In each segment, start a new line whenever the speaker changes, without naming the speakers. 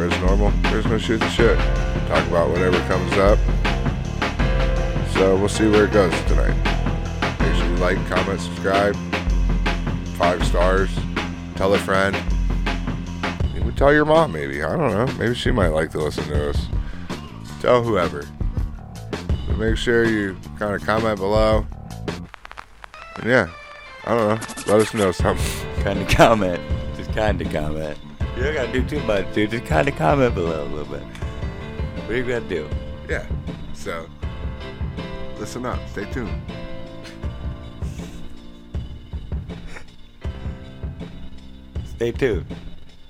We're just gonna shoot the shit, talk about whatever comes up. So we'll see where it goes tonight. Make sure you like, comment, subscribe, five stars, tell a friend. Even tell your mom, maybe. I don't know. Maybe she might like to listen to us. Tell whoever. But make sure you kind of comment below. And yeah, I don't know. Let us know something.
Kind of comment. Just kind of comment. You don't gotta do too much, dude. Just kind of comment below a little bit. What are you gonna do?
Yeah. So listen up. Stay tuned.
Stay tuned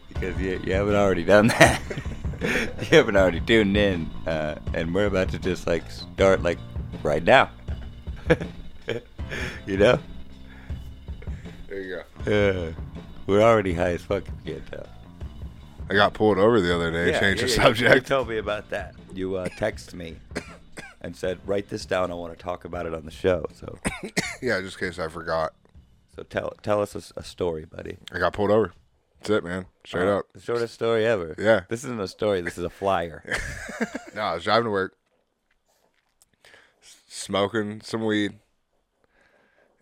because you, you haven't already done that. you haven't already tuned in, uh, and we're about to just like start like right now. you know,
There you go.
uh, we're already high as fuck. If you can't tell.
I got pulled over the other day. Changed the
You
subject.
told me about that. You uh, texted me and said, "Write this down. I want to talk about it on the show." So,
yeah, just in case I forgot.
so tell tell us a, s- a story, buddy. Uh,
I got pulled over. That's it, man. Straight up.
The shortest story ever.
Yeah.
This isn't a story. This is a flyer.
No, I was driving to work, s- smoking some weed,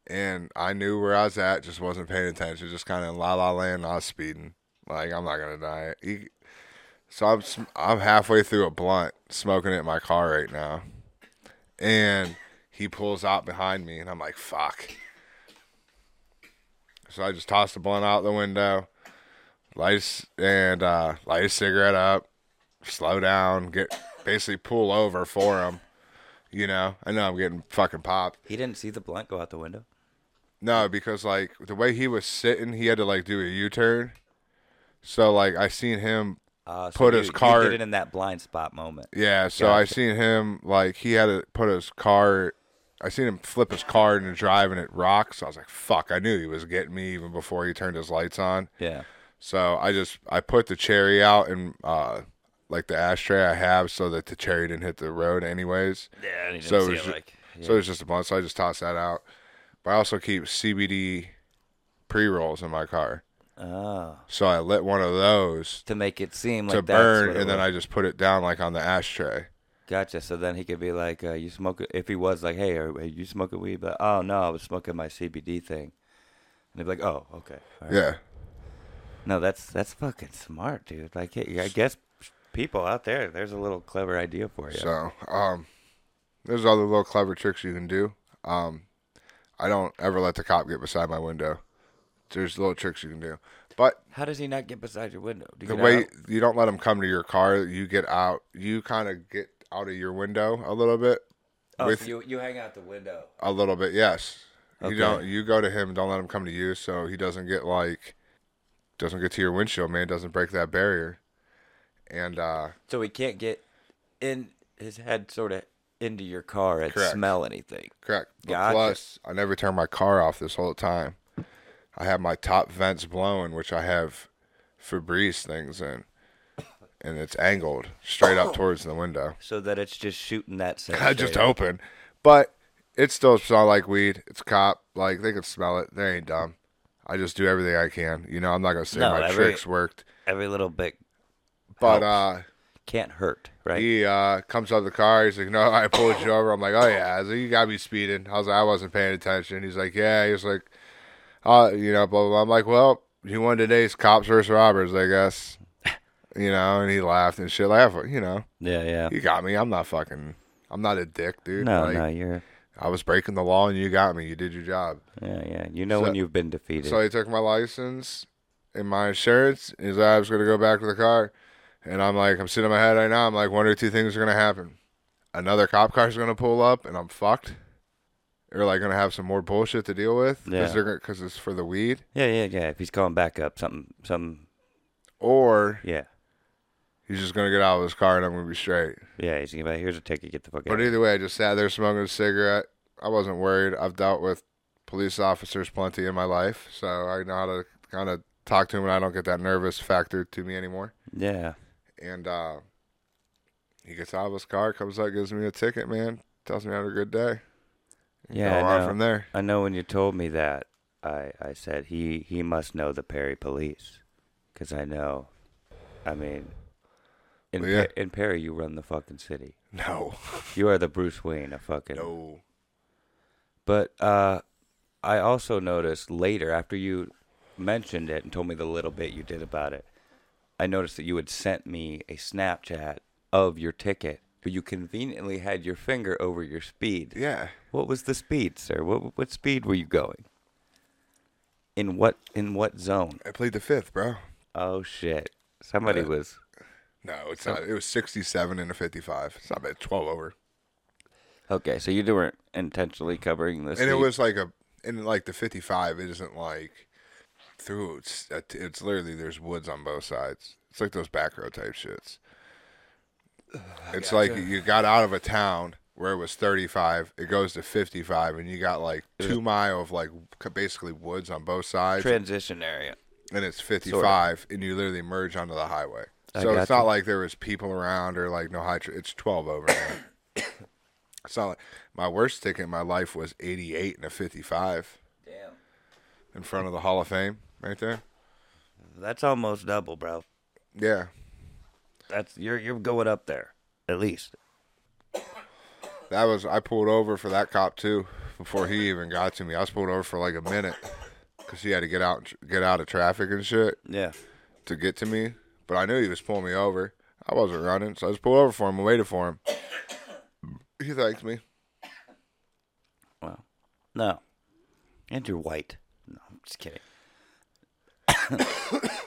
and I knew where I was at. Just wasn't paying attention. Just kind of in la la land. I was speeding. Like I'm not gonna die. He- so I'm sm- I'm halfway through a blunt, smoking it in my car right now, and he pulls out behind me, and I'm like, fuck. So I just tossed the blunt out the window, lights and uh, light a cigarette up, slow down, get basically pull over for him. You know, I know I'm getting fucking popped.
he didn't see the blunt go out the window.
No, because like the way he was sitting, he had to like do a U turn. So like I seen him,
Uh, so
Put
you-
his
you
car-
did it in that blind spot moment.
yeah. So I seen him like he had to put his car. I seen him flip his car into drive and it rocked. So I was like, "Fuck!" I knew he was getting me even before he turned his lights on.
Yeah.
So I just I put the cherry out and uh like the ashtray I have so that the cherry didn't hit the road anyways.
Yeah. He didn't
So it was ju- So it's just a bunch. So I just toss that out. But I also keep CBD pre rolls in my car.
oh,
So I lit one of those
to make it seem like
to
that's
burn,
what it
and then
was.
I just put it down like on the ashtray.
gotcha. So then he could be like, uh, "You smoke?" it- If he was like, "Hey, are, are you smoking weed?" But oh no, I was smoking my CBD thing. And they'd be like, "Oh, okay." all right."
Yeah,
No, that's that's fucking smart, dude. Like, I I guess people out there, there's a little clever idea for you.
So, um, there's other little clever tricks you can do. Um, I don't ever let the cop get beside my window. There's little tricks you can do, but
How does he not get beside your window? Do you
the
get
way
out?
you don't let them come to your car, you get out. You kind of get out of your window a little bit.
oh,
with-
so you you hang out the window.
A little bit, yes.
Okay.
You don't. You go to him. Don't let him come to you, so he doesn't get like, doesn't get to your windshield, man. Doesn't break that barrier. And uh
So he can't get in his head, sort of into your car and
Correct.
smell anything.
correct. But
Gotcha.
Plus, I never turn my car off this whole time. I have my top vents blowing, which I have Febreze things in, and it's angled straight
Oh.
up towards the window.
So that it's just shooting that scent.
I just
straight up.
open, but it still smells like weed. It's a cop. Like they can smell it. They ain't dumb. I just do everything I can. You know, I'm not gonna say
No,
my
every-
tricks worked.
Every little bit
But uh,
helps. can't hurt, right?
he uh, comes out of the car. He's like, "No, I pulled you over." I'm like, "Oh yeah." I was like, "You got me speeding." I was like, "I wasn't paying attention." He's like, "Yeah." He's like, "Uh, you know, blah blah." blah. I'm like, "Well, you won today's cops versus robbers, I guess." You know, and he laughed and shit. Laugh, you know,
yeah, yeah.
you got me. I'm not fucking. I'm not a dick, dude.
No,
Like,
no, you're.
I was breaking the law, and you got me. You did your job.
Yeah, yeah. You know when
So-
you've been defeated.
So he took my license and my insurance. and He's like, I was going to go back to the car. And I'm like, I'm sitting in my head right now. I'm like, one or two things are going to happen. Another cop car is going to pull up and I'm fucked. Or like going to have some more bullshit to deal with
Yeah.
because it's for the weed.
yeah, yeah, yeah. If he's calling back up, something, some,
Or
yeah,
he's just going to get out of his car and I'm going to be straight.
yeah. He's gonna be like, here's a ticket. Get the fuck out.
But either way, I just sat there smoking a cigarette. I wasn't worried. I've dealt with police officers plenty in my life. So I know how to kind of talk to them and I don't get that nervous factor to me anymore.
Yeah.
and uh, he gets out of his car, comes out, gives me a ticket, man, tells me I had a good day.
Yeah,
Go
I
on
know.
from there.
I know when you told me that, I, I said he, he must know the Perry police. Because I know, I mean, In,
Well, yeah.
Pa- in Perry, you run the fucking city.
No.
You are the Bruce Wayne of fucking.
No.
But uh, I also noticed later, after you mentioned it and told me the little bit you did about it, I noticed that you had sent me a Snapchat of your ticket, but you conveniently had your finger over your speed.
Yeah.
What was the speed, sir? What what speed were you going? In what in what zone?
I played the fifth, bro.
Oh shit! Somebody
Uh,
was
No, it's not. It was 67 and a 55. It's not bad. 12 over.
okay. So you weren't intentionally covering this.
And it was like a, and like the 55 isn't like through, it's, it's literally, there's woods on both sides. It's like those back row type shits. It's like you got out of a town where it was 35, it goes to 55, and you got like two mile of like c- basically woods on both sides.
transition area.
and it's 55 and you literally merge onto the highway
I
so it's
gotcha.
not like there was people around or like no high tr- it's 12 over now. it's not like my worst ticket in my life was 88 and a 55
Damn,
in front of the hall of fame right there
that's almost double, bro.
yeah
That's you're you're going up there at least.
that was i pulled over for that cop too before he even got to me i was pulled over for like a minute because he had to get out and tr- get out of traffic and shit
Yeah.
to get to me, but I knew he was pulling me over. I wasn't running, so I just pulled over for him and waited for him. He thanked me.
Well, no. And you're white. No, I'm just kidding.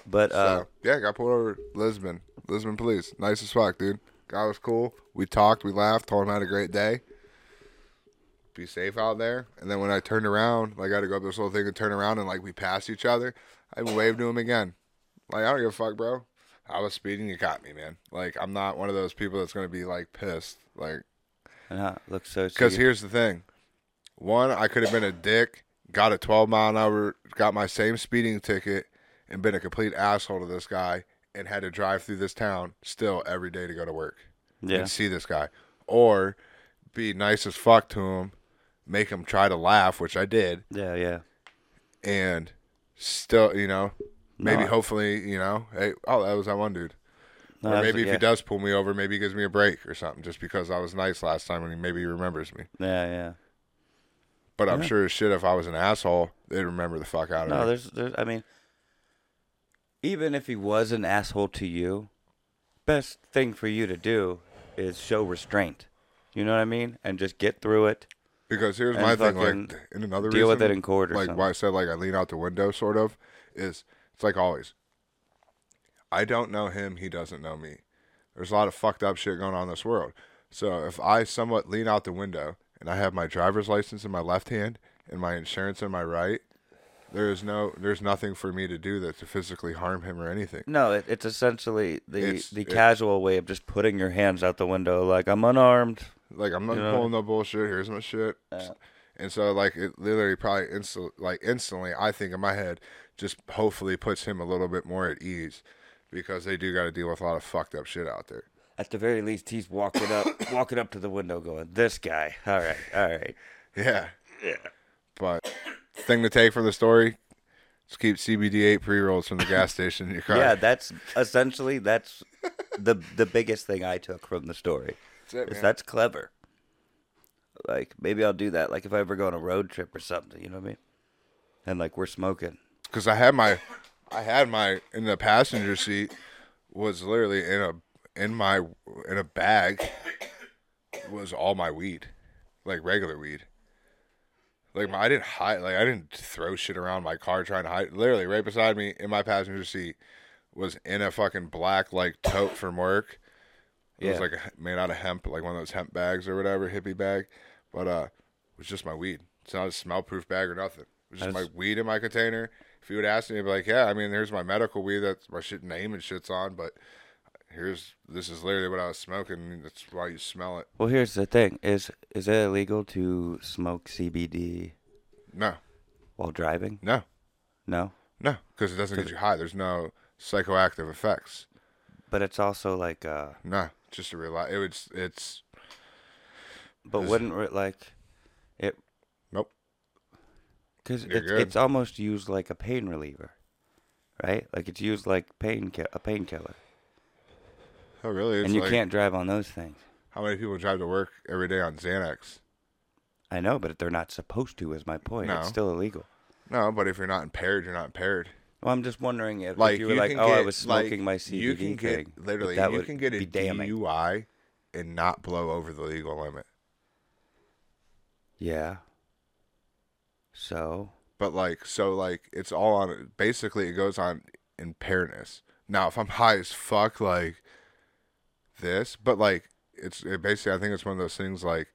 but
So,
uh,
yeah, got pulled over Lisbon. Lisbon police. Nice as fuck, dude. Guy was cool. We talked, we laughed, told him I had a great day. Be safe out there. And then when I turned around, like I had to go up this little thing and turn around and like we passed each other. I even waved to him again. Like, I don't give a fuck, bro. I was speeding, you caught me, man. Like, I'm not one of those people that's gonna be like pissed. Like
and, uh, looks so.
Because
serious.
here's the thing: one, I could have been a dick, got a 12 mile an hour, got my same speeding ticket, and been a complete asshole to this guy, and had to drive through this town still every day to go to work
yeah,
and see this guy, or be nice as fuck to him, make him try to laugh, which I did,
yeah, yeah.
and still, you know, maybe
No.
hopefully, you know, hey, oh, that was that one dude.
No,
or
that's-
maybe if
yeah.
he does pull me over, maybe he gives me a break or something, just because I was nice last time, and he maybe he remembers me.
Yeah, yeah.
But I'm
Yeah.
sure as shit if I was an asshole, they'd remember the fuck out of
No,
me.
there's, there's. I mean, even if he was an asshole to you, best thing for you to do is show restraint. You know what I mean? And just get through it.
Because here's
and
my thing,
fucking
like in another
deal with
reason,
it in court or
like
something.
why I said like I lean out the window sort of is it's like always. I don't know him, he doesn't know me. There's a lot of fucked up shit going on in this world. So if I somewhat lean out the window and I have my driver's license in my left hand and my insurance in my right, there is no there's nothing for me to do that to physically harm him or anything.
No, it, it's essentially the
It's-
the
it-
casual way of just putting your hands out the window, like I'm unarmed.
Like I'm not
You know?
pulling no bullshit. Here's my shit. and so like it literally probably instant like instantly I think in my head just hopefully puts him a little bit more at ease because they do got to deal with a lot of fucked up shit out there.
At the very least, he's walking up, walking up to the window, going, "This guy, all right, all right."
Yeah. Yeah. But thing to take from the story, just keep CBD8 pre-rolls from the gas station in your car.
Yeah, that's essentially that's the the biggest thing I took from the story.
That's it,
is
man.
that's clever. Like maybe I'll do that. Like if I ever go on a road trip or something, you know what I mean? And like we're smoking.
because I had my, I had my in the passenger seat was literally in a in my in a bag was all my weed, like regular weed. Like my, I didn't hide, like I didn't throw shit around my car trying to hide. Literally, right beside me in my passenger seat was in a fucking black like tote from work. It was
Yeah.
like a- made out of hemp, like one of those hemp bags or whatever, hippie bag. But uh, it was just my weed. It's not a smell proof bag or nothing. It was just
That's-
my weed in my container. If you would ask me, I'd be like, yeah, I mean, here's my medical weed. That's my shit name and shit's on, but here's this is literally what I was smoking. That's why you smell it.
Well, here's the thing: is is it illegal to smoke CBD
No,
while driving?
no,
No,
no, because it doesn't get you high. There's no psychoactive effects.
but it's also like, uh,
No, just to realize it was. It's
but
Is-
wouldn't it like it
nope.
Because
You're
it's,
good.
it's almost used like a pain reliever, right? Like it's used like pain ki- a painkiller.
Oh, really? It's
and you
like,
can't drive on those things.
How many people drive to work every day on Xanax?
I know, but they're not supposed to. Is my point?
No.
It's still illegal.
No, but if you're not impaired, you're not impaired.
Well, I'm just wondering if, if
Like
you were like,
can
"Oh, I
get-
was smoking
like,
my CBD
You can
thing."
get literally,
that
you
would
can get a
be damning.
DUI and not blow over the legal limit.
Yeah. So
But like, so like, it's all on. Basically, it goes on impairness. Now, if I'm high as fuck, like this, but like, it's it basically. I think it's one of those things like.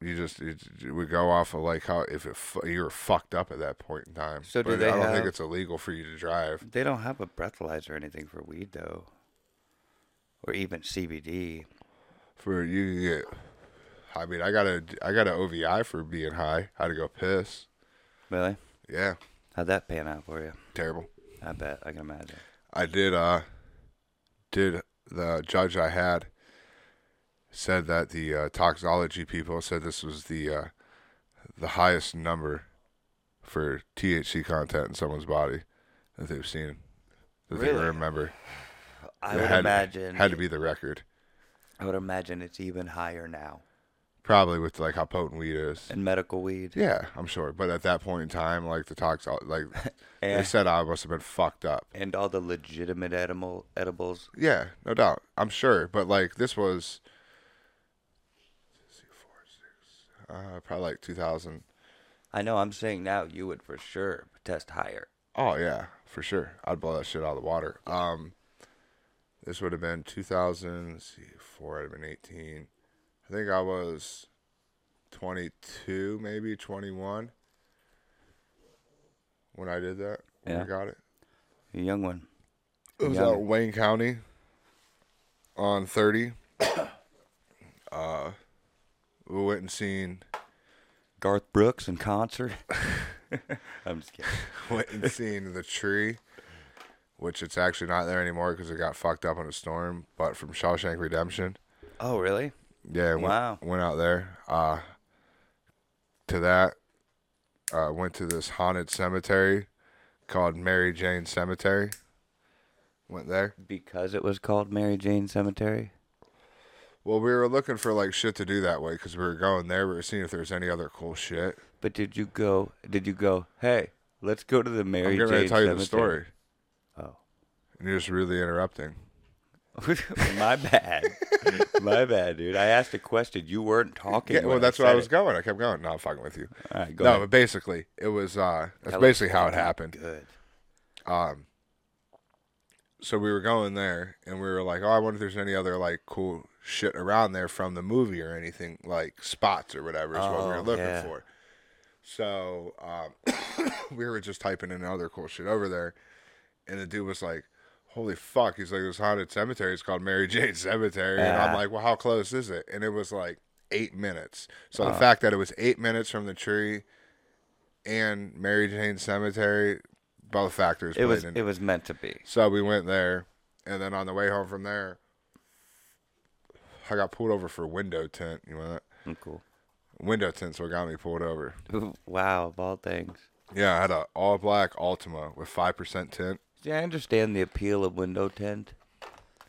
You just it, it would go off of like how if it fu- you were fucked up at that point in time.
So do
but
they
I don't think
have-
it's illegal for you to drive.
they don't have a breathalyzer or anything for weed though, or even CBD.
for you to get. I mean, I got a I got an OVI for being high. I had to go piss.
Really?
Yeah,
How'd that pan out for you?
terrible.
I bet I can imagine.
I did. Uh, did the judge I had said that the uh, toxology people said this was the uh, the highest number for THC content in someone's body that they've seen that they
Really?
remember.
I
It
would
had-
imagine.
had to be the record,
I would imagine it's even higher now
probably with like how potent weed is.
in medical weed.
Yeah, I'm sure. But at that point in time, like the tox, like
Yeah.
they said, I must have been fucked up.
and all the legitimate edible edibles.
Yeah, no doubt. I'm sure. But like this was, uh, probably like 2000.
I know. I'm saying now you would for sure test higher.
Oh yeah, for sure. I'd blow that shit out of the water. Um, this would have been 2000. Let's see, four. I'd have been 18. I think I was 22, maybe 21 when I did that. When I
Yeah.
got it.
A young one.
It was
Yeah.
out in Wayne County on 30. uh, we went and seen
Garth Brooks in concert. I'm just kidding.
went and seen the tree, which it's actually not there anymore because it got fucked up in a storm. But from Shawshank Redemption,
Oh, really?
yeah, went,
Wow.
went out there. Uh, to that, uh, went to this haunted cemetery called Mary Jane Cemetery. Went there.
Because it was called Mary Jane Cemetery.
Well, we were looking for like shit to do that way because we were going there. We were seeing if there was any other cool shit.
But did you go? Did you go? Hey, let's go to the
I'm
Mary
getting
Jane
ready to tell you the
Cemetery."
story, and you're just really interrupting.
Oh, my bad. my bad, dude. I asked a question. You weren't talking.
Yeah, well,
when
that's where I
said
was
it.
going. I kept going. No, I'm fucking with you.
All right, go
no,
ahead.
but basically, it was. uh That's
That looks
basically how it
fucking
happened.
Good.
Um, so we were going there, and we were like, "Oh, I wonder if there's any other like cool shit around there from the movie or anything like spots or whatever is what we were
Oh,
looking
yeah.
for." So um, we were just typing in other cool shit over there, and the dude was like, "Holy fuck!" He's like, "This haunted cemetery is called Mary Jane Cemetery," and I'm
Ah.
like, "Well, how close is it?" And it was like eight minutes. So
Oh.
the fact that it was eight minutes from the tree and Mary Jane Cemetery, both factors
It
played
was.
into
It was meant to be.
so we went there, and then on the way home from there, I got pulled over for window tint. You know that
Mm, Cool.
window tint's what got me pulled over.
wow, of all things.
Yeah, I had a all black Altima with five percent tint.
Yeah, I understand the appeal of window tint,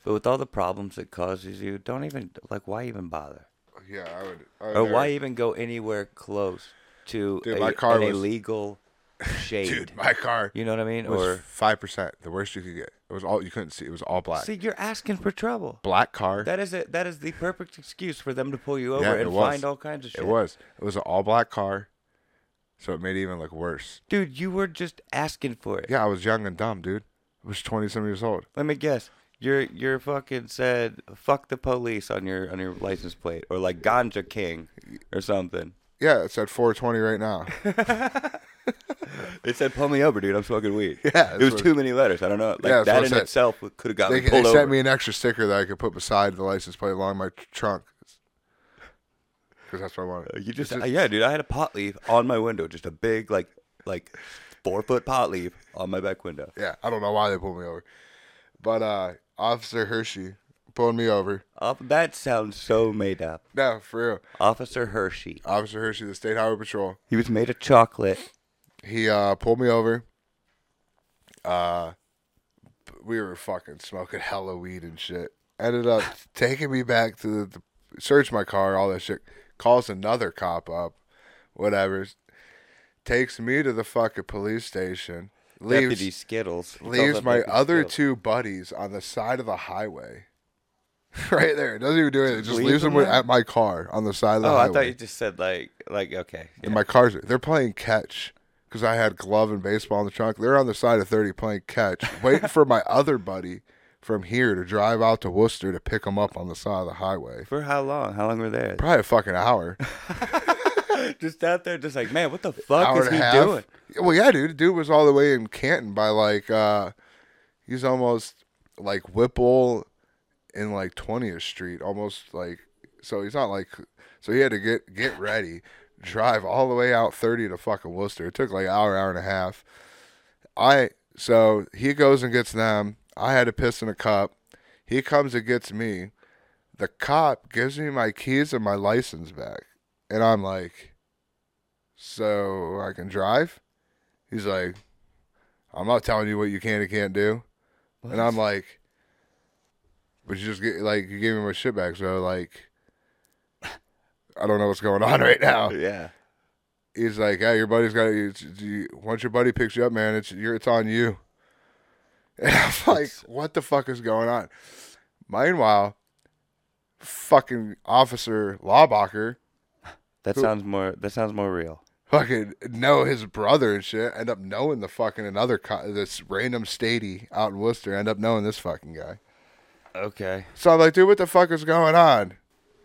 but with all the problems it causes you, don't even like. Why even bother?
Yeah, I would. I would
Or
never-
why even go anywhere close to
Dude,
a,
my car
an
was-
illegal shade?
Dude, my car
you know what I mean?
was
Or
five percent, the worst you could get. It was all you couldn't see. It was all black.
see, you're asking for trouble.
black car.
That is it. That is the perfect excuse for them to pull you over
Yeah, it
and
was.
find all kinds of shit.
it was. It was an all black car, so it made it even look worse.
Dude, you were just asking for it.
Yeah, I was young and dumb, dude. I was twenty some years old.
Let me guess. You're you're fucking said fuck the police on your on your license plate or like ganja king or something.
Yeah, it's at four twenty right now.
It said, "Pull me over, dude. I'm smoking weed."
that's
it was
what-
too many letters. I don't know. Like
Yeah, that's what
that
I
in
said.
itself could have got
They,
me
they
pulled over.
sent me an extra sticker that I could put beside the license plate along my tr- trunk. Because that's what I wanted.
you just, uh,
It's
yeah, dude. I had a pot leaf on my window, just a big like like four foot pot leaf on my back window.
Yeah, I don't know why they pulled me over. But uh, Officer Hershey pulled me over.
Off, that sounds so made up.
No, for real.
Officer Hershey.
Officer Hershey, the State Highway Patrol,
He was made of chocolate.
he uh, pulled me over. Uh, p- we were fucking smoking hella weed and shit. Ended up taking me back to the, the search my car, all that shit. Calls another cop up, whatever. Takes me to the fucking police station. Leaves
Deputy Skittles. He calls
leaves
up
my
Deputy
other
Skittles.
two buddies on the side of the highway. right there. It doesn't even do anything. It just
leave
leaves
them
them with,
there?
at my car on the side of the
Oh,
highway.
I thought you just said like like okay.
And
yeah.
my car's they're playing catch because I had glove and baseball in the trunk. They're on the side of 30 playing catch, waiting for my other buddy from here to drive out to Worcester to pick them up on the side of the highway.
For how long? How long were they?
Probably a fucking hour.
just out there, just like man, what the fuck
hour
is
and a
he
half.
doing?
Well, yeah, dude. Dude was all the way in Canton by like uh he's almost like Whipple in like 20th Street, almost like so he's not like so he had to get get ready, drive all the way out 30 to fucking Worcester. It took like an hour, hour and a half. I so he goes and gets them. I had to piss in a cup. He comes and gets me. The cop gives me my keys and my license back. And I'm like, so I can drive? He's like, I'm not telling you what you can and can't do. And I'm like, but you just get like you gave me my shit back, so like, I don't know what's going on right now.
Yeah.
He's like, yeah, your buddy's got you, you. Once your buddy picks you up, man, it's you're, it's on you. And I'm like, what the fuck is going on? Meanwhile, fucking officer Lawbacher
That
Who-
sounds more that sounds more real.
fucking know his brother and shit. End up knowing the fucking another co- this random statey out in Worcester. End up knowing this fucking guy.
Okay.
So I'm like, dude, what the fuck is going on?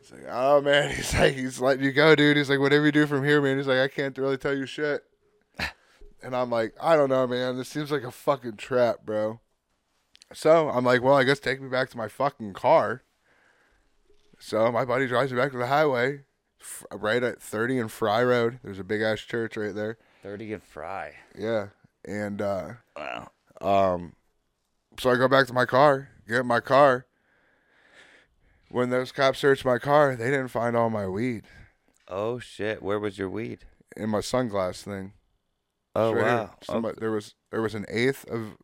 He's like, oh man. He's like, he's letting you go, dude. He's like, whatever you do from here, man. He's like, I can't really tell you shit. And I'm like, I don't know, man. This seems like a fucking trap, bro. So I'm like, well, I guess take me back to my fucking car. So my buddy drives me back to the highway, f- right at 30 and Fry Road. There's a big ass church right there.
Thirty and fry.
Yeah. And uh
Wow.
um so I go back to my car, get in my car. When those cops searched my car, they didn't find all my weed
Oh shit. Where was your weed?
in my sunglass thing.
Oh
Right here.
wow. Oh,
Somebody- there was there was an eighth of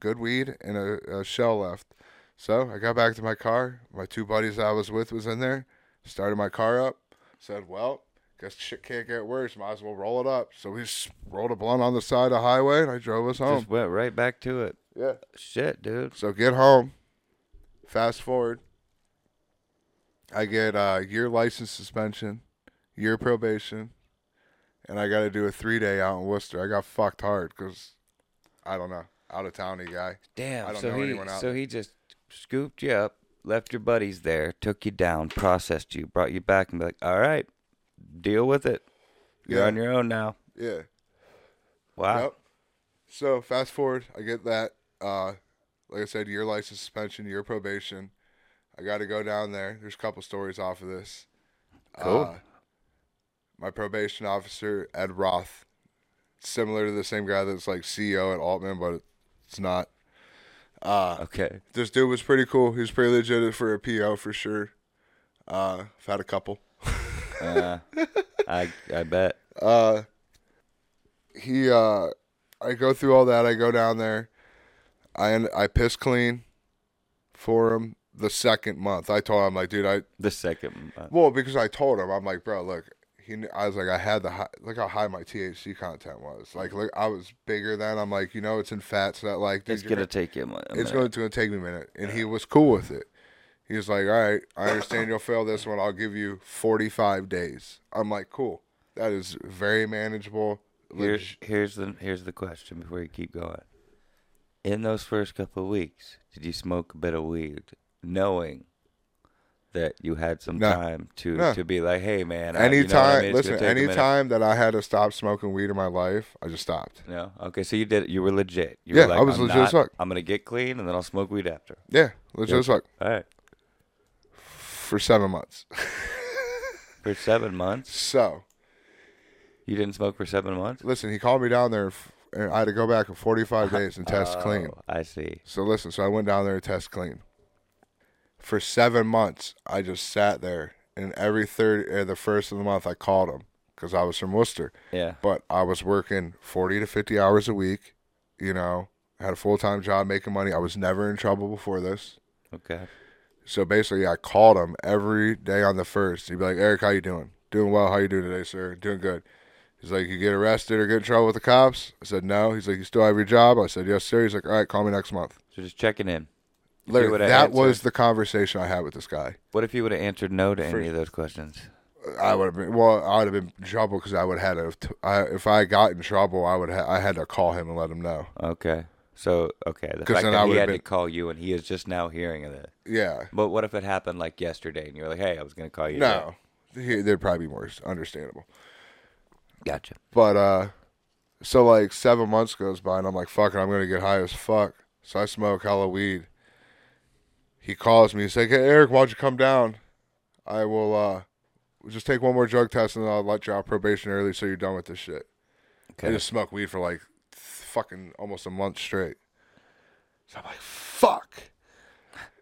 good weed and a, a shell left. So I got back to my car. My two buddies I was with was in there. Started my car up. Said, "Well, guess shit can't get worse. Might as well roll it up." So we just rolled a blunt on the side of the highway, and I drove us home.
Oh, just went right back to it.
yeah.
Shit, dude.
So get home. Fast forward. I get uh, year license suspension, year probation, and I got to do a three day out in Worcester. I got fucked hard because I don't know, out of towny guy. I
Damn.
don't
So
know
he
anyone out
so
there.
he just scooped you up, left your buddies there, took you down, processed you, brought you back, and be like, all right, deal with it. You're
Yeah.
on your own now.
Yeah.
Wow.
Ah. Yep. So fast forward, I get that. Uh, like I said, year license suspension, year probation. I got to go down there. There's a couple stories off of this.
Cool.
Uh, my probation officer Ed Roth, similar to the same guy that's like CEO at Altman, but it's not. Ah.
Okay.
This dude was pretty cool. He was pretty legit for a PO for sure. Uh, I've had a couple.
Uh, I I bet.
uh he uh I go through all that, I go down there, I end, I piss clean for him the second month. I told him like, dude, I
The second uh, month.
well, because I told him, I'm like, bro, look, he. kn- I was like, I had the high, look how high my THC content was. Like,
Mm-hmm.
look, I was bigger than. I'm like, you know, it's in fats that like, dude,
It's
you're
gonna
gonna-
take you. A minute.
it's going to take me a minute, and he was cool with it. He was like, all right, I understand you'll fail this one. I'll give you 45 days. I'm like, cool. That is very manageable.
Here,
Leg-
here's the here's the question before you keep going. In those first couple of weeks, did you smoke a bit of weed, knowing that you had some
No.
time to
No.
to be like, hey man, I- you know what I
Anytime,
mean? It's
listen,
gonna take a minute."
anytime that I had to stop smoking weed in my life, I just stopped.
No, okay, so you did. You were legit. You
Yeah,
were like,
I was
I'm
legit as
not-
fuck.
I'm gonna get clean, and then I'll smoke weed after.
Yeah, legit as fuck
All right,
for seven months.
for seven months,
so,
you didn't smoke for seven months.
listen, he called me down there, f- and I had to go back in 45 days and test clean.
Oh, I see.
So listen, so I went down there to test clean. For seven months, I just sat there, and every third, uh, the first of the month, I called him because I was from Worcester,
Yeah,
but I was working forty to fifty hours a week, you know, I had a full time job making money. I was never in trouble before this.
Okay.
So basically, I called him every day on the first. He'd be like, "Eric, how you doing? Doing well? How you doing today, sir? Doing good." He's like, "You get arrested or get in trouble with the cops?" I said, "No." He's like, "You still have your job?" I said, "Yes, sir." He's like, "All right, call me next month."
So just checking in. See
Literally,
what I
that
answer.
was the conversation I had with this guy.
What if you would have answered no to any of those questions?
I would have been well. I would have been in trouble because I would have had to. I, if I got in trouble, I would. Ha- I had to call him and let him know.
Okay. So okay, the
'Cause
fact
then
that
I
he
would've
had to
been-
call you and he is just now hearing of it.
Yeah.
But what if it happened like yesterday and you were like, "Hey, I was going to call you." today."
No, He- they'd probably be more understandable.
Gotcha.
But uh, so like seven months goes by, and I'm like, "Fuck it, I'm gonna get high as fuck." So I smoke hella weed. He calls me. He's like, "Hey, Eric, why don't you come down? I will uh, just take one more drug test, and then I'll let you out probation early, so you're done with this shit." I
Okay.
just smoked weed for like fucking almost a month straight. So I'm like, "Fuck."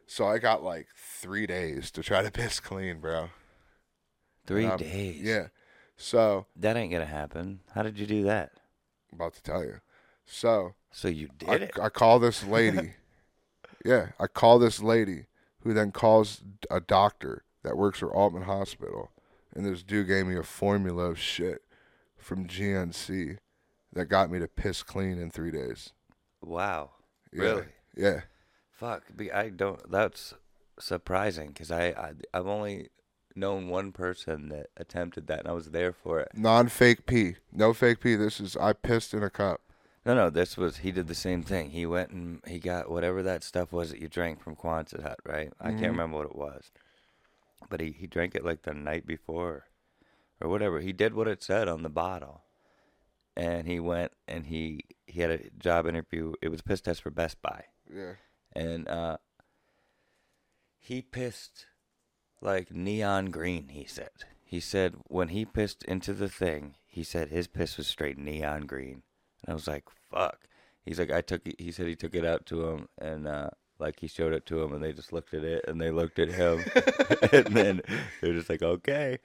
So I got like three days to try to piss clean, bro.
3
Um,
days.
Yeah. So
That ain't going to happen. How did you do that?
I'm about to tell you. So
So you did
I,
it.
I call this lady. yeah, I call this lady who then calls a doctor that works for Altman Hospital. And this dude gave me a formula of shit from GNC that got me to piss clean in three days.
Wow.
Yeah.
Really?
Yeah.
Fuck. be- I don't. That's surprising because I, I I've only known one person that attempted that, and I was there for it.
Non fake pee. No fake pee. This is, I pissed in a cup.
No, no. This was he did the same thing. He went and he got whatever that stuff was that you drank from Quonset Hut, right? I can't remember what it was, but he he drank it like the night before, or whatever. He did what it said on the bottle, and he went and he he had a job interview. It was a piss test for Best Buy.
Yeah.
and uh, he pissed like neon green. He said. He said when he pissed into the thing, he said his piss was straight neon green, and I was like, "Fuck." He's like, I took. it- He said he took it out to him, and uh, like he showed it to him, and they just looked at it, and they looked at him, and then they're just like, "Okay."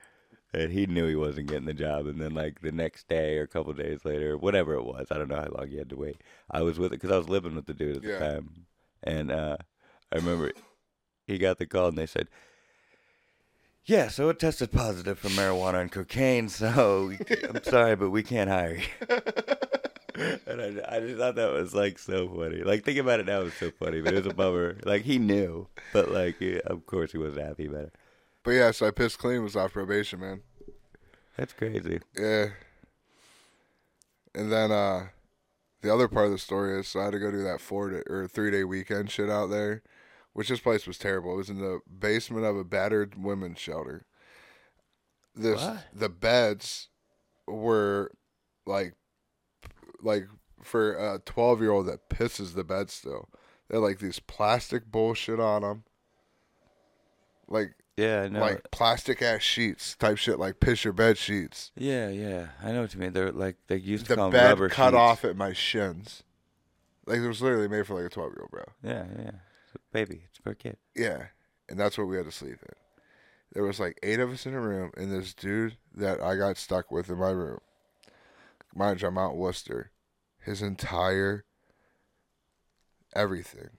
And he knew he wasn't getting the job. And then, like, the next day or a couple days later, whatever it was, I don't know how long you had to wait. I was with it because I was living with the dude at the
Yeah.
time. And uh, I remember he got the call and they said, Yeah, so it tested positive for marijuana and cocaine. So I'm sorry, but we can't hire you. And I, I just thought that was like so funny. Like, think about it now, it's so funny, but it was a bummer. Like, he knew, but like, yeah, of course, he wasn't happy about it.
But yeah, so I pissed clean was off probation, man.
That's crazy.
Yeah. And then uh the other part of the story is so I had to go do that four day, or three day weekend shit out there, which this place was terrible. It was in the basement of a battered women's shelter. This
What?
the beds were like like for a twelve year old that pisses the bed still. They're like these plastic bullshit on them. Like
Yeah, I know.
like plastic ass sheets type shit like piss your bed sheets.
Yeah, yeah, I know what you mean. They're like they used to
the
call 'em
bed
rubber
cut
sheets.
off at my shins. Like it was literally made for like a twelve year old, bro.
Yeah, yeah. It's a baby, it's for a kid.
Yeah, and that's what we had to sleep in. There was like eight of us in a room, and this dude that I got stuck with in my room, mind you, I'm out in Worcester. His entire everything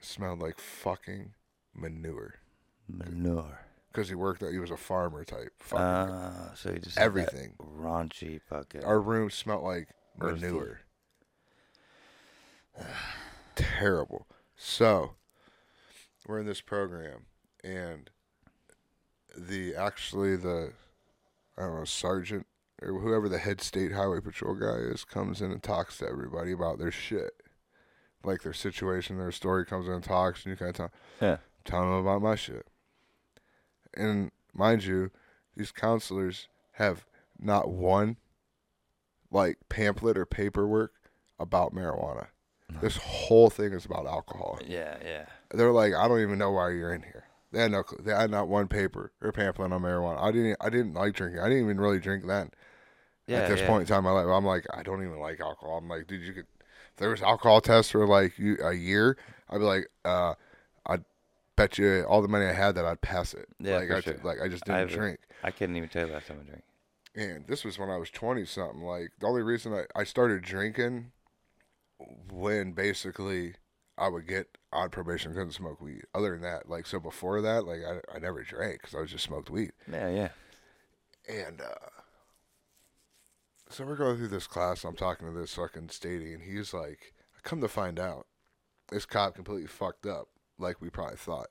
smelled like fucking manure
Manure.
because he worked. At, he was a farmer type. Farmer.
Ah, so you just had that
everything.
raunchy fucking.
Our room smelled like
Earthy.
manure. Terrible. So, we're in this program, and the actually the I don't know sergeant or whoever the head state highway patrol guy is comes in and talks to everybody about their shit, like their situation, their story. Comes in and talks, and you kind of talk
yeah.
telling them about my shit. And mind you, these counselors have not one like pamphlet or paperwork about marijuana. This whole thing is about alcohol.
Yeah, yeah.
They're like, I don't even know why you're in here. They had no, clue. they had not one paper or pamphlet on marijuana. I didn't, e, I didn't like drinking. I didn't even really drink then.
Yeah,
at this
yeah.
point in time in my life, I'm like, I don't even like alcohol. I'm like, dude, you could. If there was alcohol tests for like you, a year, I'd be like, uh, I bet you all the money I had that I'd pass it.
Yeah,
like
for
I
sure.
like I just
I
didn't
have a-
drink.
I couldn't even tell you last time I drank.
And this was when I was 20 something. Like, the only reason I, I started drinking when basically I would get on probation couldn't smoke weed. Other than that, like so before that, like I I never drank because I was just smoked weed.
Yeah, yeah.
And uh, so we're going through this class. I'm talking to this fucking statey, and he's like, I come to find out, this cop completely fucked up, like we probably thought.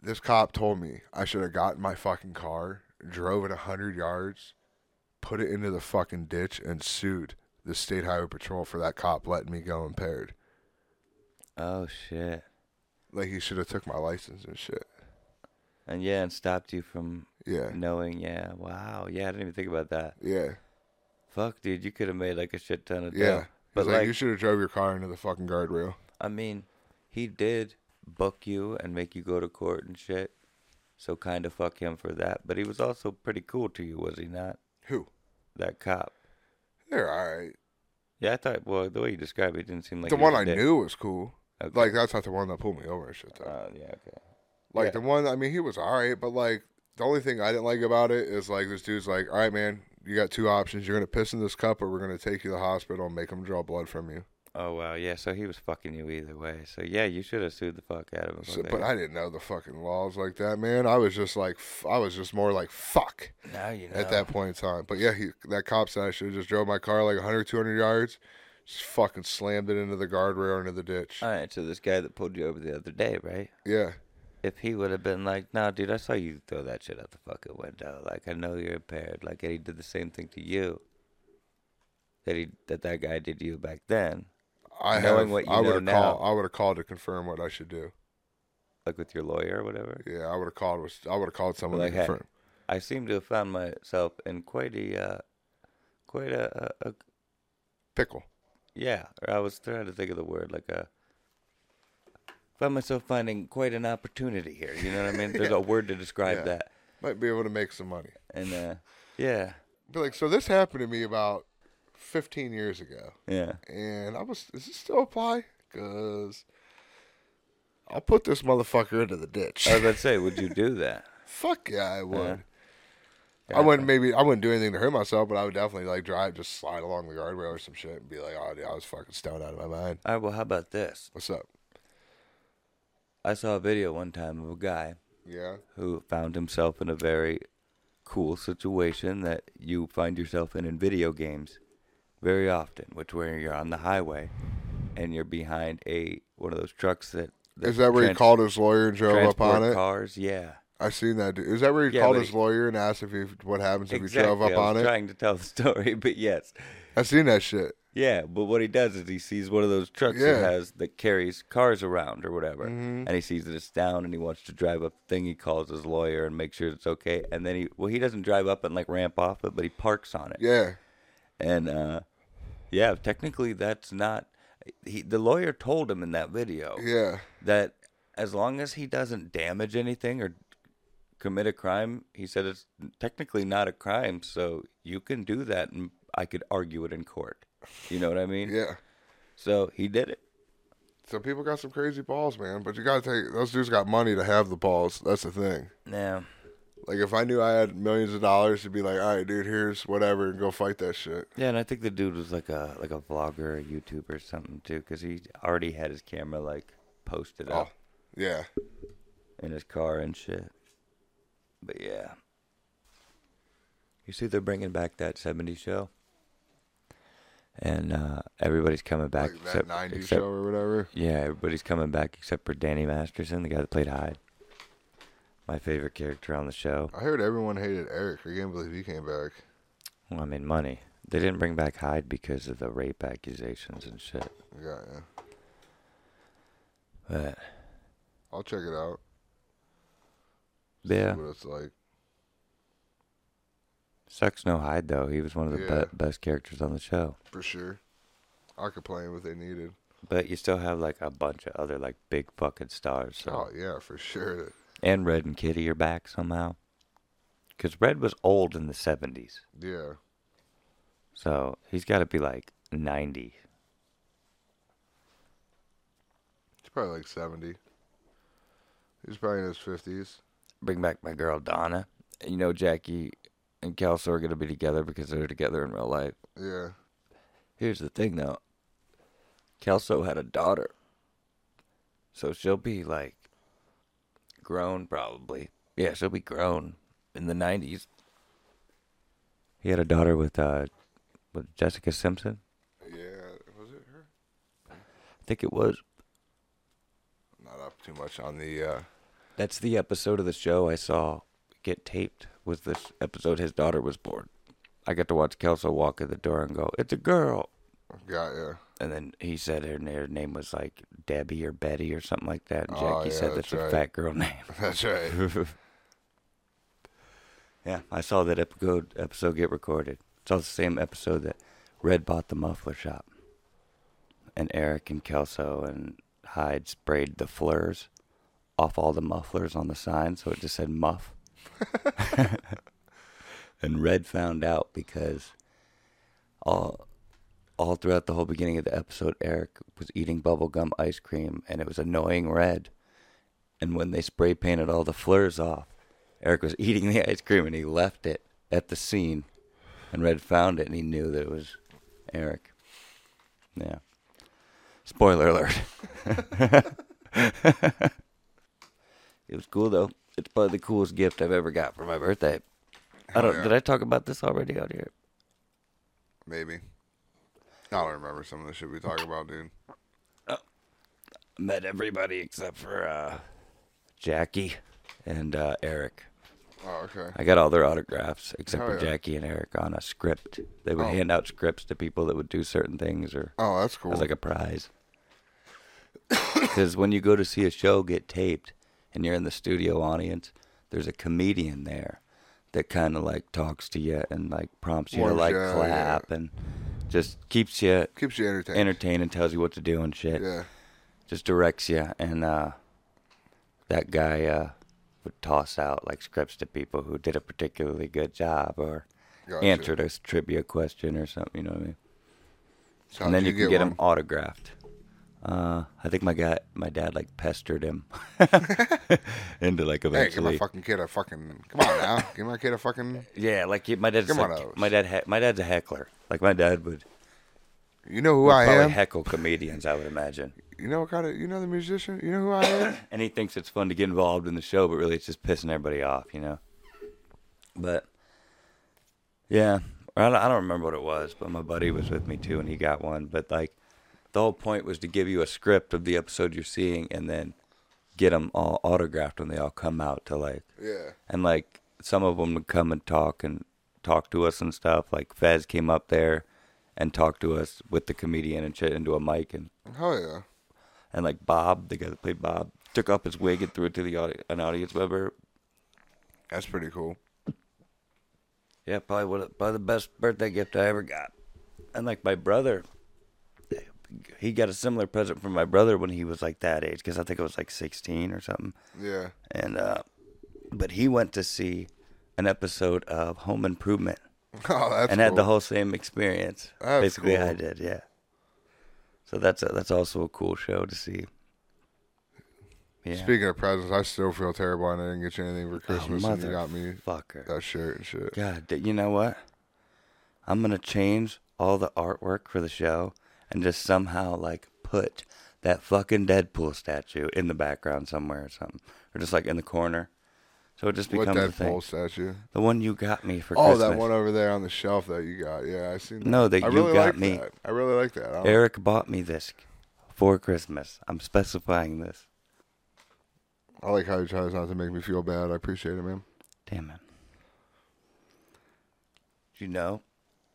This cop told me I should have gotten my fucking car, drove it 100 yards, put it into the fucking ditch, and sued the state highway patrol for that cop letting me go impaired.
Oh shit.
Like he should have took my license and shit.
And yeah, and stopped you from
Yeah.
knowing. Yeah. Wow. Yeah, I didn't even think about that.
Yeah.
Fuck, dude, you could have made like a shit ton of dough.
Yeah.
But
But
like,
like, you should have drove your car into the fucking guardrail.
I mean, he did book you and make you go to court and shit. So kind of fuck him for that. But he was also pretty cool to you, was he not?
Who?
That cop.
They're all right.
Yeah, I thought. Well, the way you described it, it didn't seem like
the
he
one
was
I
a dick.
knew was cool.
Okay.
Like that's not the one that pulled me over and shit though.
Oh, yeah. Okay.
like
yeah.
the one I mean he was all right, but like the only thing I didn't like about it is like this dude's like, all right, man, you got two options. You're gonna piss in this cup, or we're gonna take you to the hospital and make them draw blood from you.
Oh wow. Yeah. So he was fucking you either way. So yeah, you should have sued the fuck out of him. for
So,
that.
but I didn't know the fucking laws like that, man. I was just like, f- I was just more like, fuck.
now you know.
at that point in time. But yeah, he, that cop said I should have just drove my car like 100, 200 yards, just fucking slammed it into the guardrail, into the ditch.
All right. So this guy that pulled you over the other day, right?
yeah,
if he would have been like, "Nah, dude, I saw you throw that shit out the fucking window. Like, I know you're impaired. Like, and he did the same thing to you that he that that guy did to you back then,
I
Knowing
have.
what you
I would have
know
called.
now-
I would have called to confirm what I should do.
like with your lawyer or whatever."
Yeah, I would have called. with- I would have called someone
Like,
to
hey.
confirm.
I seem to have found myself in quite a, uh, quite a, a, a
Pickle.
yeah. Or I was trying to think of the word like a. Found myself finding quite an opportunity here. You know what I mean? There's a word to describe
Yeah.
that,
Might be able to make some money.
and uh, yeah,
But like, so this happened to me about 15 years ago,
yeah.
and I was. Does this still apply? Cause I'll put this motherfucker into the ditch.
I was about to say, would you do that?
Fuck yeah, I would.
Yeah.
I wouldn't maybe I wouldn't do anything to hurt myself, but I would definitely like drive, just slide along the guardrail or some shit, and be like, "Oh, dude, I was fucking stoned out of my mind."
All right. Well, how about this?
What's up?
I saw a video one time of a guy
Yeah,
who found himself in a very cool situation that you find yourself in in video games very often, which where you're on the highway and you're behind a one of those trucks that,
is that where he
trans-
called his lawyer and drove up on
transport
it?
cars. Yeah,
I seen that. Dude. Is that where he
Yeah,
called
but
his
he-
lawyer and asked if he what happens if he drove
I
up
was
on it?
trying to tell the story, but yes,
I seen that shit.
yeah. But what he does is he sees one of those trucks
Yeah. Mm-hmm.
that has that carries cars around or whatever, and he sees that it's down, and he wants to drive up. the Thing he calls his lawyer and make sure it's okay, and then he well he doesn't drive up and like ramp off it, but he parks on it.
Yeah,
And uh, yeah, technically that's not. He, the lawyer told him in that video
yeah,
that as long as he doesn't damage anything or commit a crime, he said it's technically not a crime, so you can do that, and I could argue it in court. You know what I mean?
yeah.
So he did it.
So people got some crazy balls, man. But you gotta take those dudes got money to have the balls. That's the thing.
Now,
Like if I knew I had millions of dollars, to be like, "All right, dude, here's whatever," and go fight that shit.
yeah, and I think the dude was like a like a vlogger, or YouTuber, or something too, because he already had his camera like posted up.
Oh, yeah.
in his car and shit. But yeah. You see, they're bringing back that 70s show. And uh, everybody's coming back.
like that
except,
90s
except-
show or whatever.
Yeah, everybody's coming back except for Danny Masterson, the guy that played Hyde. My favorite character on the show.
I heard everyone hated Eric. I can't believe he came back.
Well, I mean, money. They didn't bring back Hyde because of the rape accusations and shit.
Yeah, yeah.
But
I'll check it out.
yeah,
See what it's like.
sucks no Hyde though. He was one of the
Yeah.
be- best characters on the show.
For sure. I could play him if they needed.
But you still have like a bunch of other like big fucking stars. So.
Oh, yeah, for sure.
And Red and Kitty are back somehow. Because Red was old in the 70s.
Yeah.
So he's got to be like 90.
He's probably like 70. He's probably in his 50s.
Bring back my girl Donna. And You know, Jackie and Kelso are going to be together because they're together in real life.
Yeah.
Here's the thing, though Kelso had a daughter. So she'll be like grown, probably. Yeah, she'll be grown in the 90s. He had a daughter with uh, with Jessica Simpson.
Yeah, was it her?
I think it was.
Not up too much on the. Uh,
That's the episode of the show I saw get taped. Was this episode his daughter was born? I got to watch Kelso walk in the door and go, "It's a girl,"
got yeah.
and then he said her, her name was like Debbie or Betty or something like that. And Jackie
Oh, yeah,
said
that's
that's,
right.
a fat girl name.
That's right.
yeah, I saw that episode episode get recorded. It's all the same episode that Red bought the muffler shop, and Eric and Kelso and Hyde sprayed the flurs off all the mufflers on the sign, so it just said muff. and Red found out because all all throughout the whole beginning of the episode, Eric was eating bubblegum ice cream, and it was annoying Red. And when they spray painted all the flurs off, Eric was eating the ice cream and he left it at the scene. And Red found it and he knew that it was Eric. Yeah. Spoiler alert. it was cool though. It's probably the coolest gift I've ever got for my birthday. I don't.
yeah.
Did I talk about this already out here?
Maybe. I don't remember some of the shit we talk about, dude.
Met everybody except for uh, Jackie and uh, Eric.
Oh, okay.
I got all their autographs except
Hell
for
Oh, yeah.
Jackie and Eric on a script. They would
Oh.
hand out scripts to people that would do certain things or
Oh, that's cool.
as like a prize. Because when you go to see a show get taped and you're in the studio audience, there's a comedian there that kind of like talks to you and like prompts you to
Warms
like
you up, yeah.
clap and just keeps you
Keeps you entertained.
entertained and tells you what to do and shit
yeah.
just directs you and uh that guy uh would toss out like scripts to people who did a particularly good job or
Gotcha.
answered a s- trivia question or something you know what i mean
So
and
how'd
then you, can get
one?
him autographed uh i think my guy my dad like pestered him into like
Hey, give
eventually
my fucking kid a fucking. Come on now. give my kid a fucking.
yeah like he- my dad's
Give him one
like-
of those.
my dad he- my dad's a heckler like my dad would,
You know who
would
I
probably
am.
heckle comedians i would imagine
You know what kind of. You know the musician. You know who I am.
and he thinks it's fun to get involved in the show, but really it's just pissing everybody off, you know. But yeah, I don't, I don't remember what it was, but my buddy was with me too, and he got one. But like, the whole point was to give you a script of the episode you're seeing, and then get them all autographed when they all come out to like,
yeah.
and like some of them would come and talk and talk to us and stuff. Like Fez came up there and talked to us with the comedian and shit into a mic and
Hell yeah.
and like Bob, the guy that played Bob, took off his wig and threw it to the audi- an audience member.
That's pretty cool.
Yeah, probably one of, probably the best birthday gift I ever got. And like my brother, he got a similar present from my brother when he was like that age, because I think it was like sixteen or something.
Yeah.
And uh, but he went to see an episode of Home Improvement
Oh, that's
and
cool.
had the whole same experience.
That's
basically,
cool.
I did. Yeah. So that's a, that's also a cool show to see. Yeah.
Speaking of presents, I still feel terrible. I didn't get you anything for
Oh,
Christmas, and you got me
motherfucker.
that shirt and shit.
God, d- you know what? I'm gonna change all the artwork for the show and just somehow like put that fucking Deadpool statue in the background somewhere or something, or just like in the corner. So it just
What
becomes a thing.
Deadpool statue?
The one you got me for
Oh,
Christmas.
that one over there on the shelf that you got. Yeah, I seen. That.
No, that
I
you
really
got
like
me.
That. I really like that. I don't-
Eric bought me this for Christmas. I'm specifying this.
I like how he tries not to make me feel bad. I appreciate it, man.
Damn it. Did you know,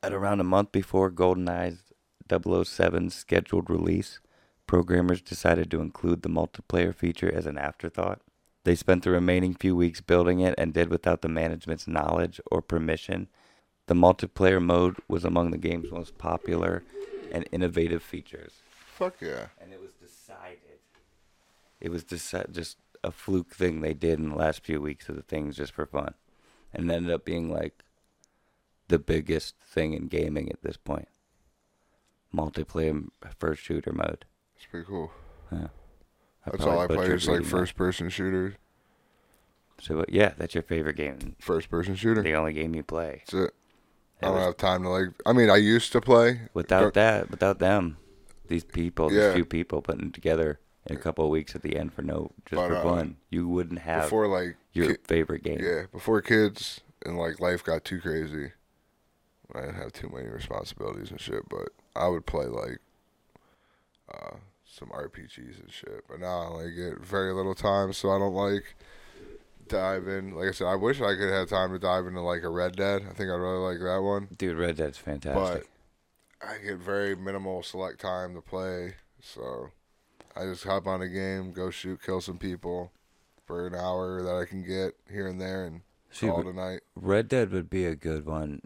at around a month before GoldenEye's 007's scheduled release, programmers decided to include the multiplayer feature as an afterthought. They spent the remaining few weeks building it and did without the management's knowledge or permission. The multiplayer mode was among the game's most popular and innovative features
Fuck yeah.
and it was decided. It was deci- just a fluke thing they did in the last few weeks of the things just for fun, and it ended up being like the biggest thing in gaming at this point. Multiplayer m- first shooter mode.
It's pretty cool.
Yeah.
That's
probably
all I play
butchered
is like
reading that.
first person shooters.
So uh, yeah, that's your favorite game.
First person shooter.
The only game you play.
That's it. I
It
don't
was-
have time to like. I mean, I used to play.
without that, without them, these people,
Yeah.
these few people, putting together in a couple of weeks at the end for no, just
But,
for
uh,
fun. You wouldn't have
before like
your
ki-
favorite game.
yeah before kids and like life got too crazy. I didn't have too many responsibilities and shit, but I would play like uh, some RPGs and shit. But now I like get very little time, so I don't like dive in. Like I said, I wish I could have time to dive into like a Red Dead. I think I really like that one.
Dude, Red Dead's fantastic.
I get very minimal select time to play, so I just hop on a game, go shoot, kill some people for an hour that I can get here and there, and
See,
call
but-
tonight.
Red Dead would be a good one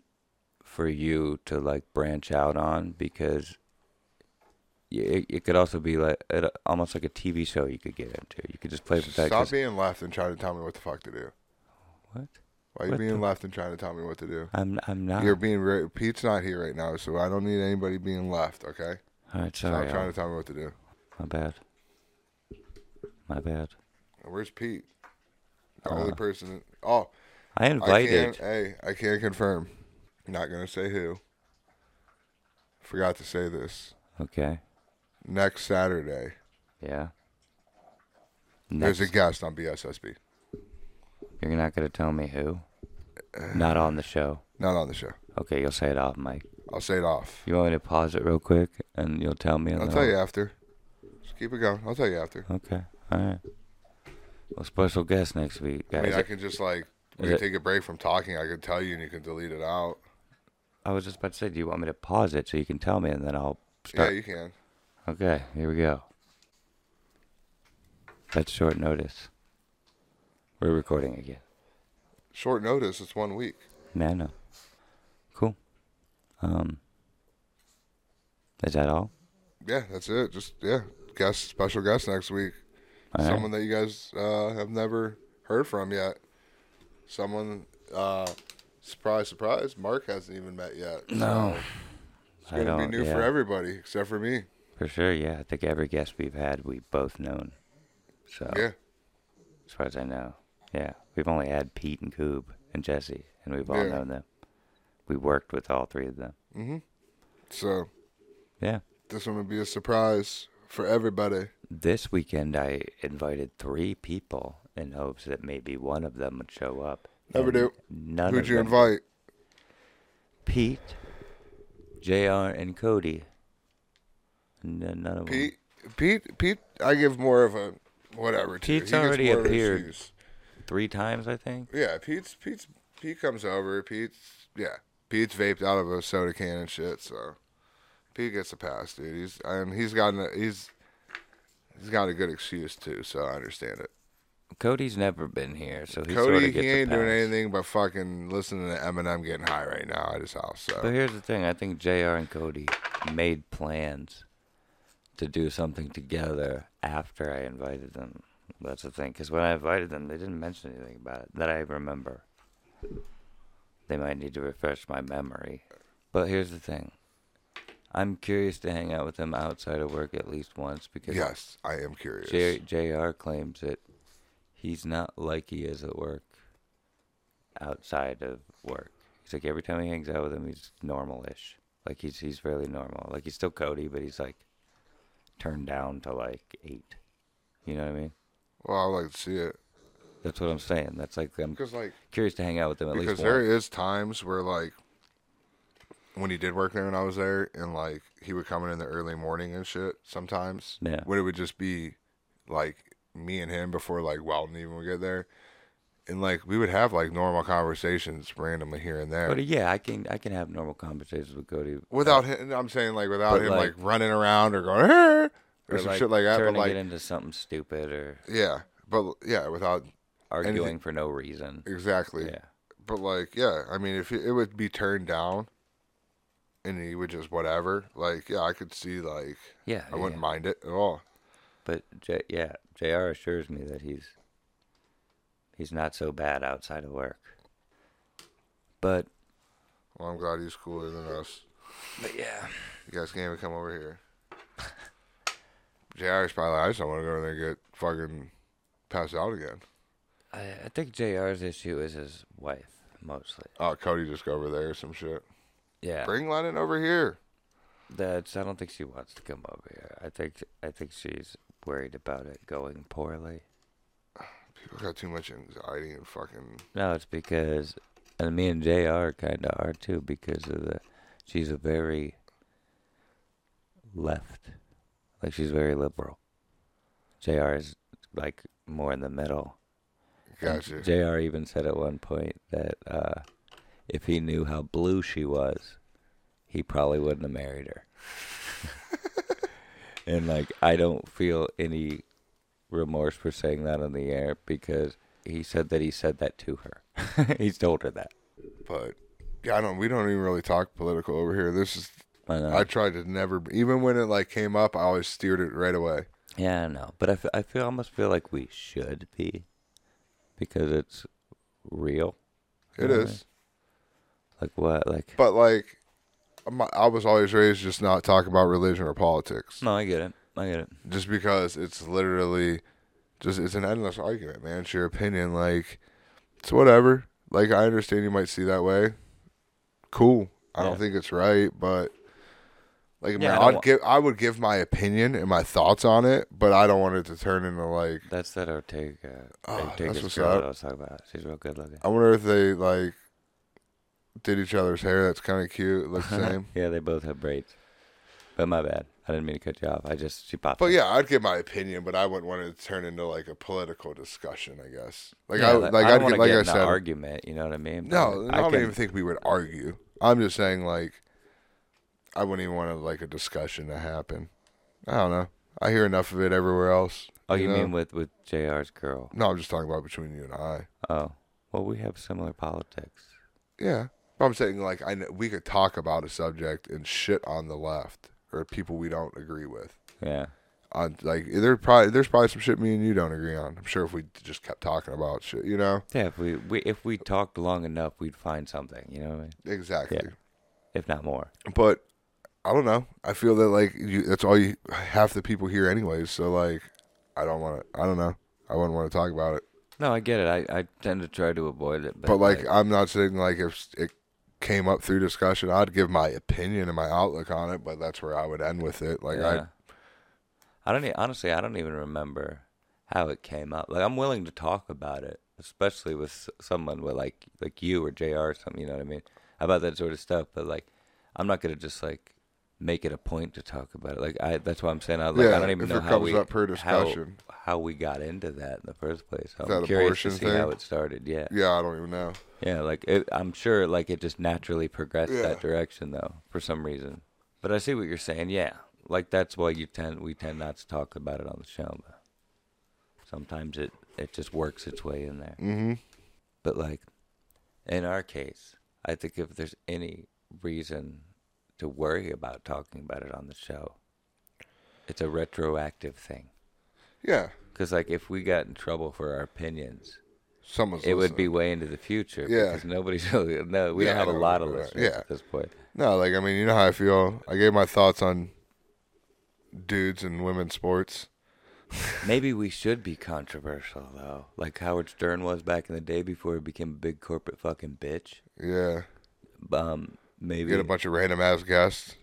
for you to like branch out on because y- it, it could also be like it, almost like a TV show you could get into. You could just play with that.
Stop
just-
being left and trying to tell me what the fuck to do.
what?
Why are you
What
being
the- Ah.
left and trying to tell me what to do?
I'm I'm not.
You're being re- Pete's not here right now, so I don't need anybody being left. Okay,
All right,
stop
sorry.
trying
Al.
to tell me what to do.
My bad. My bad.
Where's Pete? The
Uh,
only person. That, oh,
I
I can.
invited.
Hey, I can confirm. Not gonna say who. Forgot to say this.
okay.
next Saturday.
Yeah.
There's
Next,
a guest on BSSB,
you're not gonna tell me who. Not on the show.
not on the show.
Okay, you'll say it off, Mike.
I'll say it off.
You want me to pause it real quick and you'll tell me? on
I'll
the-
tell you after. Just keep it going. I'll tell you after.
Okay. All right. Well, special guest next week,
I
guys.
mean,
I,
I can just like we
is
can
it-
take a break from talking. I can tell you, and you can delete it out.
was just about to say, do you want me to pause it so you can tell me, and then I'll
Yeah,
start?
you can.
Okay. Here we go. That's short notice. We're recording again.
Short notice. It's one week.
No, no. Cool. Um. Is that all?
Yeah, that's it. Just yeah, guest special guest next week.
All right.
Someone that you guys uh, have never heard from yet. Someone. Uh, surprise, surprise. Mark hasn't even met yet.
No.
So it's
I
gonna be
don't-
new for
yeah.
everybody except for me.
For sure, yeah. I think every guest we've had, we've both known. So,
Yeah.
as far as I know, yeah. We've only had Pete and Coob and Jesse, and we've all
Yeah.
known them. We worked with all three of them.
So.
Yeah.
This one would be a surprise for everybody.
This weekend, I invited three people in hopes that maybe one of them would show up.
Never
And
do.
None
Who'd
of
you
them.
invite?
Pete, JR, and Cody. And then none of them.
Pete. Pete. Pete. I give more of a whatever. To.
Pete's
He gets
already
more of his
appeared.
views.
Three times, I think.
Yeah. Pete's. Pete's. Pete comes over. Pete's. Yeah. Pete's vaped out of a soda can and shit. So Pete gets a pass, dude. He's and he's gotten. A, he's. He's got a good excuse too, so I understand it.
Cody's never been here, so he sort
Cody,
of gets
he
a
ain't doing
pass.
anything but fucking listening to Eminem getting high right now at his house. So
But here's the thing: I think Jr. and Cody made plans to do something together after I invited them. That's the thing, because when I invited them, they didn't mention anything about it that I remember. They might need to refresh my memory. But here's the thing: I'm curious to hang out with them outside of work at least once because
yes, I am curious.
J- Jr. claims that he's not like he is at work. Outside of work, he's like every time he hangs out with him, he's normal-ish. Like he's he's fairly normal. Like he's still Cody, but he's like turned down to like eight. You know what I mean?
well, I'd like to see it
That's what I'm saying. That's like I'm
because like.
curious to hang out with him at
because
least
there
once.
is times where like when he did work there and I was there and like he would come in in the early morning and shit sometimes
Yeah.
when it would just be like me and him before like Walton even would get there and like we would have like normal conversations randomly here and there
But yeah, I can I can have normal conversations with Cody
without him I'm saying like without
But,
him like,
like-
running around or going "Arr!" or,
or,
some shit like that but
turning
like
it into something stupid or
yeah but yeah without
arguing for no reason.
exactly
Yeah.
But like, yeah, I mean, if it it would be turned down, and he would just whatever, like, yeah, I could see like,
Yeah.
I wouldn't
yeah.
mind it at all.
But J- yeah, Jr. assures me that he's he's not so bad outside of work. But
Well, I'm glad he's cooler than us.
but yeah,
You guys can't even come over here. Jr's probably like, I just don't want to go in there and get fucking passed out again.
I, I think Jr.'s issue is his wife mostly.
Oh, Cody, just go over there or some shit.
Yeah,
Bring Lennon over here.
That's. I don't think she wants to come over here. I think. I think she's worried about it going poorly.
People got too much anxiety and fucking.
No, it's because, and me and Jr. kind of are too because of the. She's a very left, like she's very liberal. Jr. is like more in the middle. And
Gotcha.
Jr. even said at one point that uh, if he knew how blue she was, he probably wouldn't have married her. and like, I don't feel any remorse for saying that on the air because he said that he said that to her. He's told her that.
But yeah, I don't. We don't even really talk political over here. This is.
I know.
I tried to never, even when it like came up, I always steered it right away.
yeah, I know. But I, f- I feel almost feel like we should be because it's real.
It is.
Really? Like what? Like
But like, I'm, I was always raised just not talk about religion or politics,
no, I get it. I get it.
just because it's literally just it's an endless argument, man. It's your opinion, like it's whatever. Like I understand you might see that way. Cool. I
Yeah.
don't think it's right, but like
Yeah,
man,
I don't
I'd
wa-
give I would give my opinion and my thoughts on it, but I don't want it to turn into like
That's that Ortega.
Oh,
Ortega's
that's what's
girl that
up.
I was talking about. She's real good looking.
I wonder if they like did each other's hair. That's kind of cute. It looks the same.
yeah, they both have braids. But my bad. I didn't mean to cut you off. I just she popped.
But
up.
yeah, I'd give my opinion, but I wouldn't want it to turn into like a political discussion. I guess. Like
Yeah,
I
like,
like
I
I'd
don't wanna
get, like
get
I
in an
said.
argument. You know what I mean?
no,
But
I, don't
can-
even think we would argue. I'm just saying like I wouldn't even want to, like a discussion to happen. I don't know. I hear enough of it everywhere else.
Oh, you,
know?
mean with with Jr's girl?
No, I'm just talking about between you and I.
Oh, well, we have similar politics.
Yeah, but I'm saying like I know, we could talk about a subject and shit on the left or people we don't agree with.
Yeah.
on like there probably there's probably some shit me and you don't agree on. I'm sure if we just kept talking about shit, you know.
Yeah. If we, we if we talked long enough, we'd find something. You know what I mean?
Exactly.
If not more.
But I don't know. I feel that like you that's all you half the people here anyways, so like I don't want to I don't know. I wouldn't want to talk about it.
No, I get it. I, I tend to try to avoid it. But,
But like I'm not saying like if it came up through discussion, I'd give my opinion and my outlook on it, but that's where I would end with it. Like
Yeah. I don't e- honestly. I don't even remember how it came up. Like I'm willing to talk about it, especially with s- someone with like like you or Jr. Or something. You know what I mean about that sort of stuff. But like, I'm not gonna just like make it a point to talk about it. Like I that's why I'm saying I like I
Yeah,
don't even
if
know
it
how
comes
we
up per
how-
discussion.
how, we got into that in the first place. So I'm
that
curious to
abortion
see how
thing?
it started. Yeah,
I yeah, I don't even know.
yeah, like it, I'm sure, like it just naturally progressed
Yeah.
that direction though, for some reason. But I see what you're saying. Yeah, like that's why you tend we tend not to talk about it on the show. But sometimes it it just works its way in there.
Mm-hmm.
But like in our case, I think if there's any reason to worry about talking about it on the show, it's a retroactive thing.
Yeah.
Because like if we got in trouble for our opinions,
Someone's
it would
listening.
be way into the future
Yeah.
because nobody's really no. We
Yeah,
don't have
I
a
know,
lot of
right,
listeners
yeah.
at this point.
No, like I mean, you know how I feel. I gave my thoughts on dudes and women's sports.
Maybe we should be controversial though, like Howard Stern was back in the day before he became a big corporate fucking bitch.
Yeah,
Um, maybe
get a bunch of random ass guests.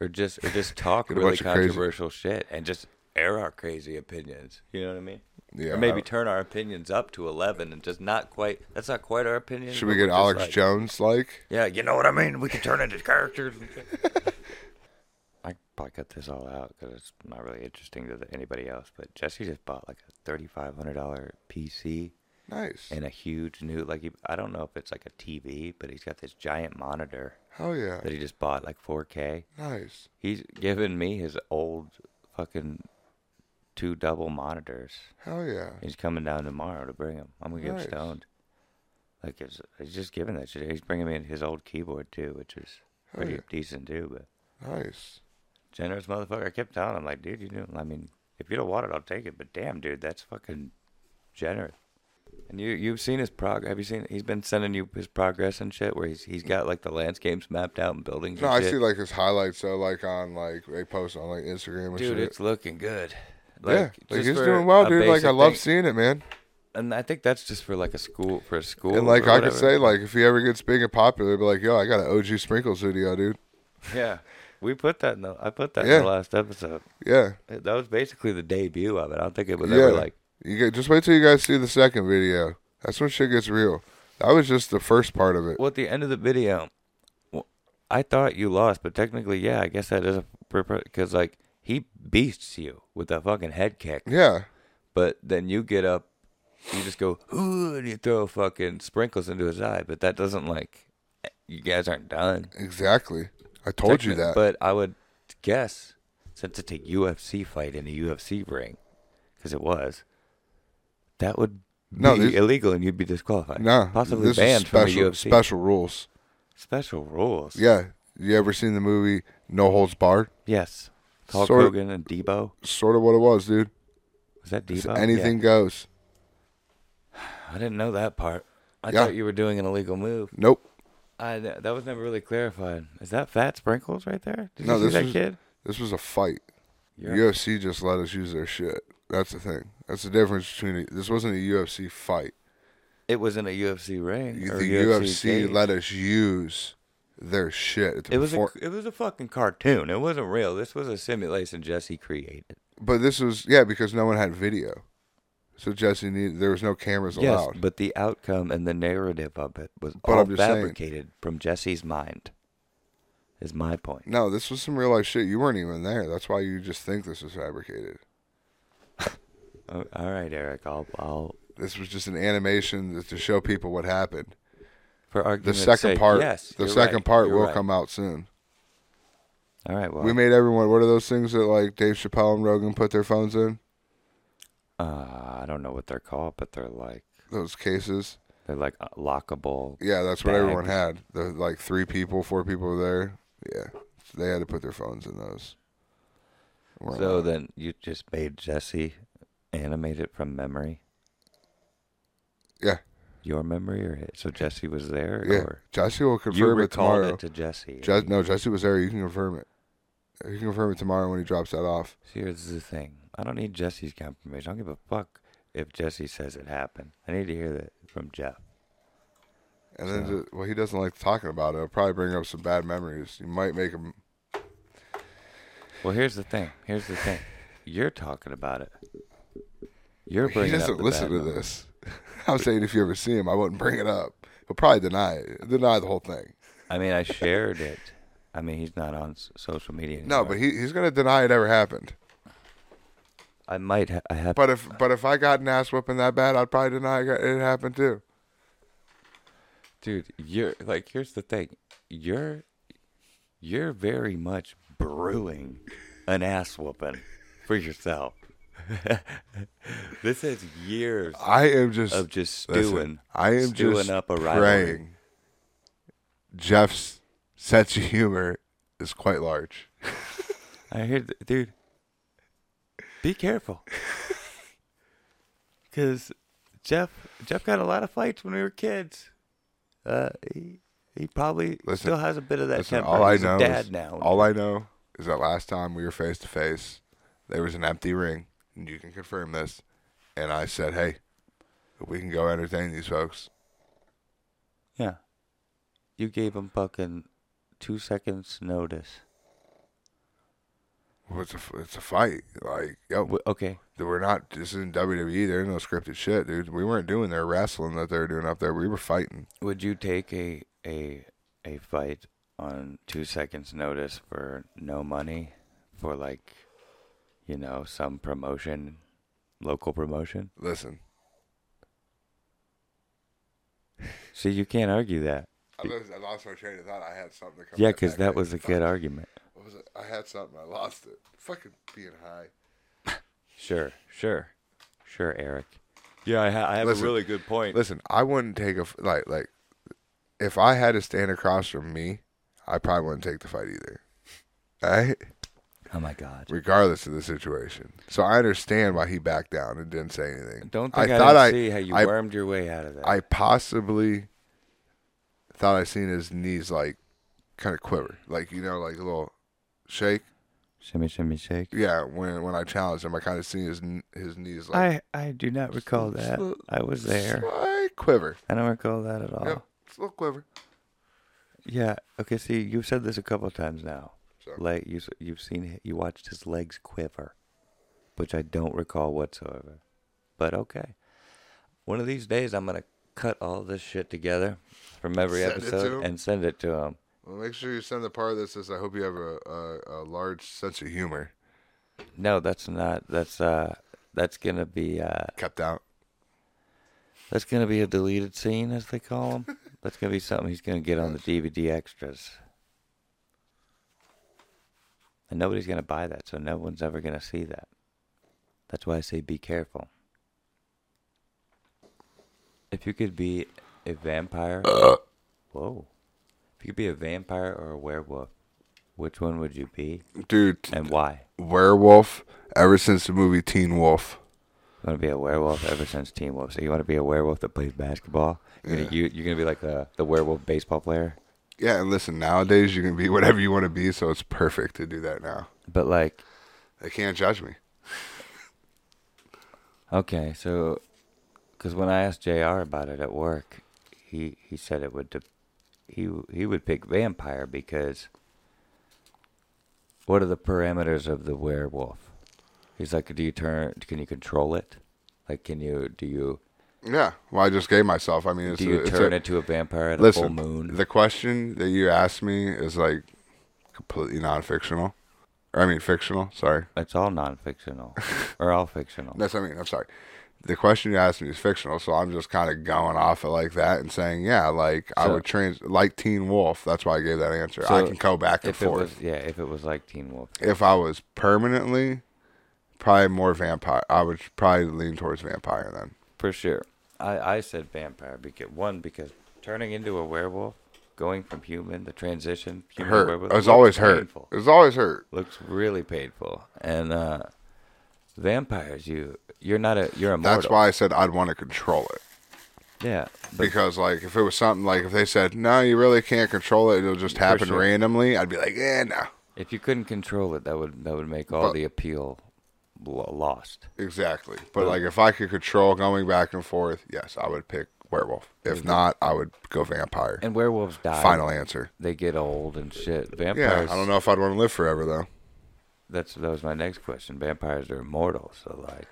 or just or just talk
Get a
really
bunch of crazy-
controversial shit and just air our crazy opinions. You know what I mean?
Yeah,
Or maybe
I-
turn our opinions up to eleven and just not quite. That's not quite our opinion.
should we
but we're
get
just
Alex
like-
Jones? Like,
Yeah, you know what I mean. We can turn into characters. I could probably cut this all out because it's not really interesting to the- anybody else. But Jesse just bought like a thirty-five hundred dollar PC
nice.
and a huge new like he, I don't know if it's like a TV, but he's got this giant monitor
Hell yeah,
that he just bought like 4K.
nice.
He's given me his old fucking two double monitors.
Hell yeah.
He's coming down tomorrow to bring him. I'm gonna get him
Nice.
stoned. Like it's, he's just giving that shit. He's bringing me his old keyboard too, which is
Hell
pretty
yeah.
decent too. But
Nice.
generous motherfucker, I kept telling him like, dude, you know, I mean, if you don't want it, I'll take it. But damn, dude, that's fucking generous. And you you've seen his prog. Have you seen? He's been sending you his progress and shit, where he's he's got like the landscapes mapped out and buildings.
No,
and
I
shit.
see like his highlights though, like on like they post on like Instagram and
dude,
shit.
it's looking good.
yeah, like
just
he's
for
doing well,
a
dude. Like
basic
I love
thing-
seeing it, man.
and I think that's just for like a school for a school.
And like
or
I could
whatever.
say, like if he ever gets big and popular, be like, yo, I got an OG Sprinkles video, dude.
yeah, we put that in the I put that
Yeah.
in the last episode.
Yeah.
That was basically the debut of it. I don't think it was
Yeah.
ever like
You get, just wait till you guys see the second video. That's when shit gets real. That was just the first part of it.
well at the end of the video. w- I thought you lost, but technically, yeah, I guess that is a because like he beasts you with that fucking head kick,
Yeah.
but then you get up, you just go "Ooh," and you throw fucking sprinkles into his eye, but that doesn't like you guys aren't done.
Exactly. I told you that.
But I would guess since it's a UFC fight in a UFC ring, because it was, that would be
No, these-
illegal and you'd be disqualified.
no.
possibly
this
banned
is special,
from a UFC.
special rules.
Special rules.
Yeah. You ever seen the movie No Holds Barred?
Yes. Hulk
Sort-
Hogan and Debo.
Sort of what it was, dude.
Was that
It's
Debo?
anything
Yeah.
goes.
I didn't know that part. I
Yeah.
thought you were doing an illegal move.
Nope.
I that was never really clarified. Is that fat sprinkles right there? Did
No,
you see
this
that
was-
kid?
This was a fight.
Yeah.
UFC just let us use their shit. That's the thing. That's the difference between it. This wasn't a UFC fight.
It was in a UFC ring.
You-
or
The
UFC
UFC,
gate.
let us use their shit. At the
It was a,
perform-
it was a fucking cartoon. It wasn't real. This was a simulation Jesse created.
but this was yeah because no one had video, so Jesse needed. There was no cameras
Yes,
allowed.
but the outcome and the narrative of it was
But
all
I'm just saying-
fabricated from Jesse's mind. Is my point.
no, this was some real life shit. You weren't even there. That's why you just think this was fabricated.
Oh, all right, Eric. I'll I'll
This was just an animation that- to show people what happened.
for
The
argument's
second
sake,
part,
Yes,
the
you're
second
right,
part
you're
will
right.
come out soon.
All right. Well,
We made everyone. What are those things that like Dave Chappelle and Rogan put their phones in?
uh, I don't know what they're called, but they're like
Those cases.
they're like uh, lockable.
Yeah, that's what
bags.
everyone had. The like three people, four people were there. Yeah, so they had to put their phones in those. Weren't
So
allowed.
then you just made Jesse animate it from memory.
yeah,
Your memory or his? so Jesse was there.
yeah.
Or
Jesse will
you
confirm it
recalled
tomorrow.
it to Jesse.
Je- no, Jesse was there. You can confirm it. You can confirm it tomorrow when he drops that off.
Here's the thing. I don't need Jesse's confirmation. I don't give a fuck if Jesse says it happened. I need to hear that from Jeff.
And then, ju- well, he doesn't like talking about it. It'll probably bring up some bad memories. You might make him.
Well, here's the thing. Here's the thing. You're talking about it. You're
He
bringing up
doesn't
the
listen
bad
to
mem-
this. I'm saying if you ever see him, I wouldn't bring it up. He'll probably deny it, deny the whole thing.
I mean, I shared it. I mean, he's not on s- social media.
No,
anymore.
but he, he's gonna deny it ever happened.
I might. Ha- I have.
But if but if I got an ass whipping that bad, I'd probably deny it it happened too.
dude you're like here's the thing you're you're very much brewing an ass whooping for yourself this is years
I am just
of just stewing
listen, I am
stewing
just
up a rivalry.
praying. Jeff's sense of humor is quite large.
i hear th- dude be careful because jeff jeff got a lot of fights when we were kids uh he, he probably
Listen-
still has a bit of that
Listen,
temper
all I
He's a
know
dad
is,
now
all I know is that last time we were face to face, there was an empty ring, and you can confirm this. And I said, "Hey, we can go entertain these folks."
Yeah. You gave him fucking two seconds notice.
Well, It's a it's a fight, like yo.
W- okay.
Dude, We're not. This isn't WWE. There ain't no scripted shit, dude. We weren't doing their wrestling that they were doing up there. We were fighting.
Would you take a a a fight on two seconds notice for no money for like you know some promotion, local promotion?
Listen,
See, you can't argue that.
I lost, I lost my train of thought. I had something. To come
Yeah,
right
because
back
that
to.
was a
Fuck,
good argument.
What was it? I had something. I lost it. Fucking being high.
Sure, sure, sure, Eric. Yeah, I, ha- I have
Listen,
a really good point.
Listen, I wouldn't take a f- like like. If I had to stand across from me, I probably wouldn't take the fight either. All right,
Oh my God!
regardless of the situation. So I understand why he backed down and didn't say anything.
Don't think I,
thought
didn't
I
see how you
I
wormed your way out of that.
I possibly thought I seen his knees like kind of quiver, like you know, like a little shake.
shimmy, shimmy, shake.
Yeah, when when I challenged him, I kind of seen his kn- his knees like
I I do not recall that. I was there. Oh.
slight quiver.
I don't recall that at all.
Yep, it's a little quiver.
Yeah. Okay. See, you've said this a couple times now.
So
leg. You, s- you've seen it. You watched his legs quiver, which I don't recall whatsoever. But okay, one of these days I'm gonna cut all this shit together from every
Send it to
episode
him?
and send it to him.
Well, make sure you send the part that says, "I hope you have a, a, a large sense of humor."
No, that's not. That's uh, that's gonna be uh,
Kept out.
that's gonna be a deleted scene, as they call them. that's gonna be something he's gonna get on the DVD extras. And nobody's gonna buy that, so no one's ever gonna see that. That's why I say be careful. If you could be a vampire, whoa! If you could be a vampire or a werewolf, which one would you be
Dude,
and why?
werewolf. Ever since the movie Teen Wolf,
You want to be a werewolf ever since Teen Wolf. So you want to be a werewolf that plays basketball. You're gonna, you, you're gonna be like uh, the the werewolf baseball player.
yeah. And listen, nowadays you can be whatever you want to be, so it's perfect to do that now.
But like,
They can't judge me.
okay, so because when I asked Jr. about it at work, he he said it would. De- he he would pick vampire because what are the parameters of the werewolf? He's like, do you turn? Can you control it? Like, can you do you
Yeah. Well, I just gave myself. I mean, it's
do
a,
you
it's
turn
a,
into a vampire at
listen,
a full moon?
The question that you asked me is like completely non-fictional. Or, I mean, fictional. Sorry.
it's all non-fictional or all fictional.
That's what I mean. I'm sorry. The question you asked me is fictional, so I'm just kind of going off it like that and saying, yeah, like I
So-
would trans like Teen Wolf. That's why I gave that answer. I
So
can go back and
if it was
forth.
yeah, if it was like Teen Wolf,
if I was permanently, probably more vampire. I would probably lean towards vampire then.
for sure. I I said vampire because one because turning into a werewolf, going from human, the transition human to
Hurt.
werewolf,
I was
looks
always hurt.
painful.
It was always hurt.
Looks really painful, and uh, vampires you you're not a you're immortal.
That's why I said I'd want to control it.
yeah, but
Because like if it was something like if they said no, you really can't control it, it'll just happen
sure.
randomly. I'd be like, yeah, no,
if you couldn't control it, that would that would make all
But-
the appeal lo- lost.
Exactly. But like if I could control going back and forth, yes, I would pick werewolf. If not, I would go vampire.
Mm-hmm. And werewolves die.
Final answer.
They get old and shit.
Yeah,
Vampires.
I don't know if I'd want to live forever though.
That's that was my next question. Vampires are immortal, so like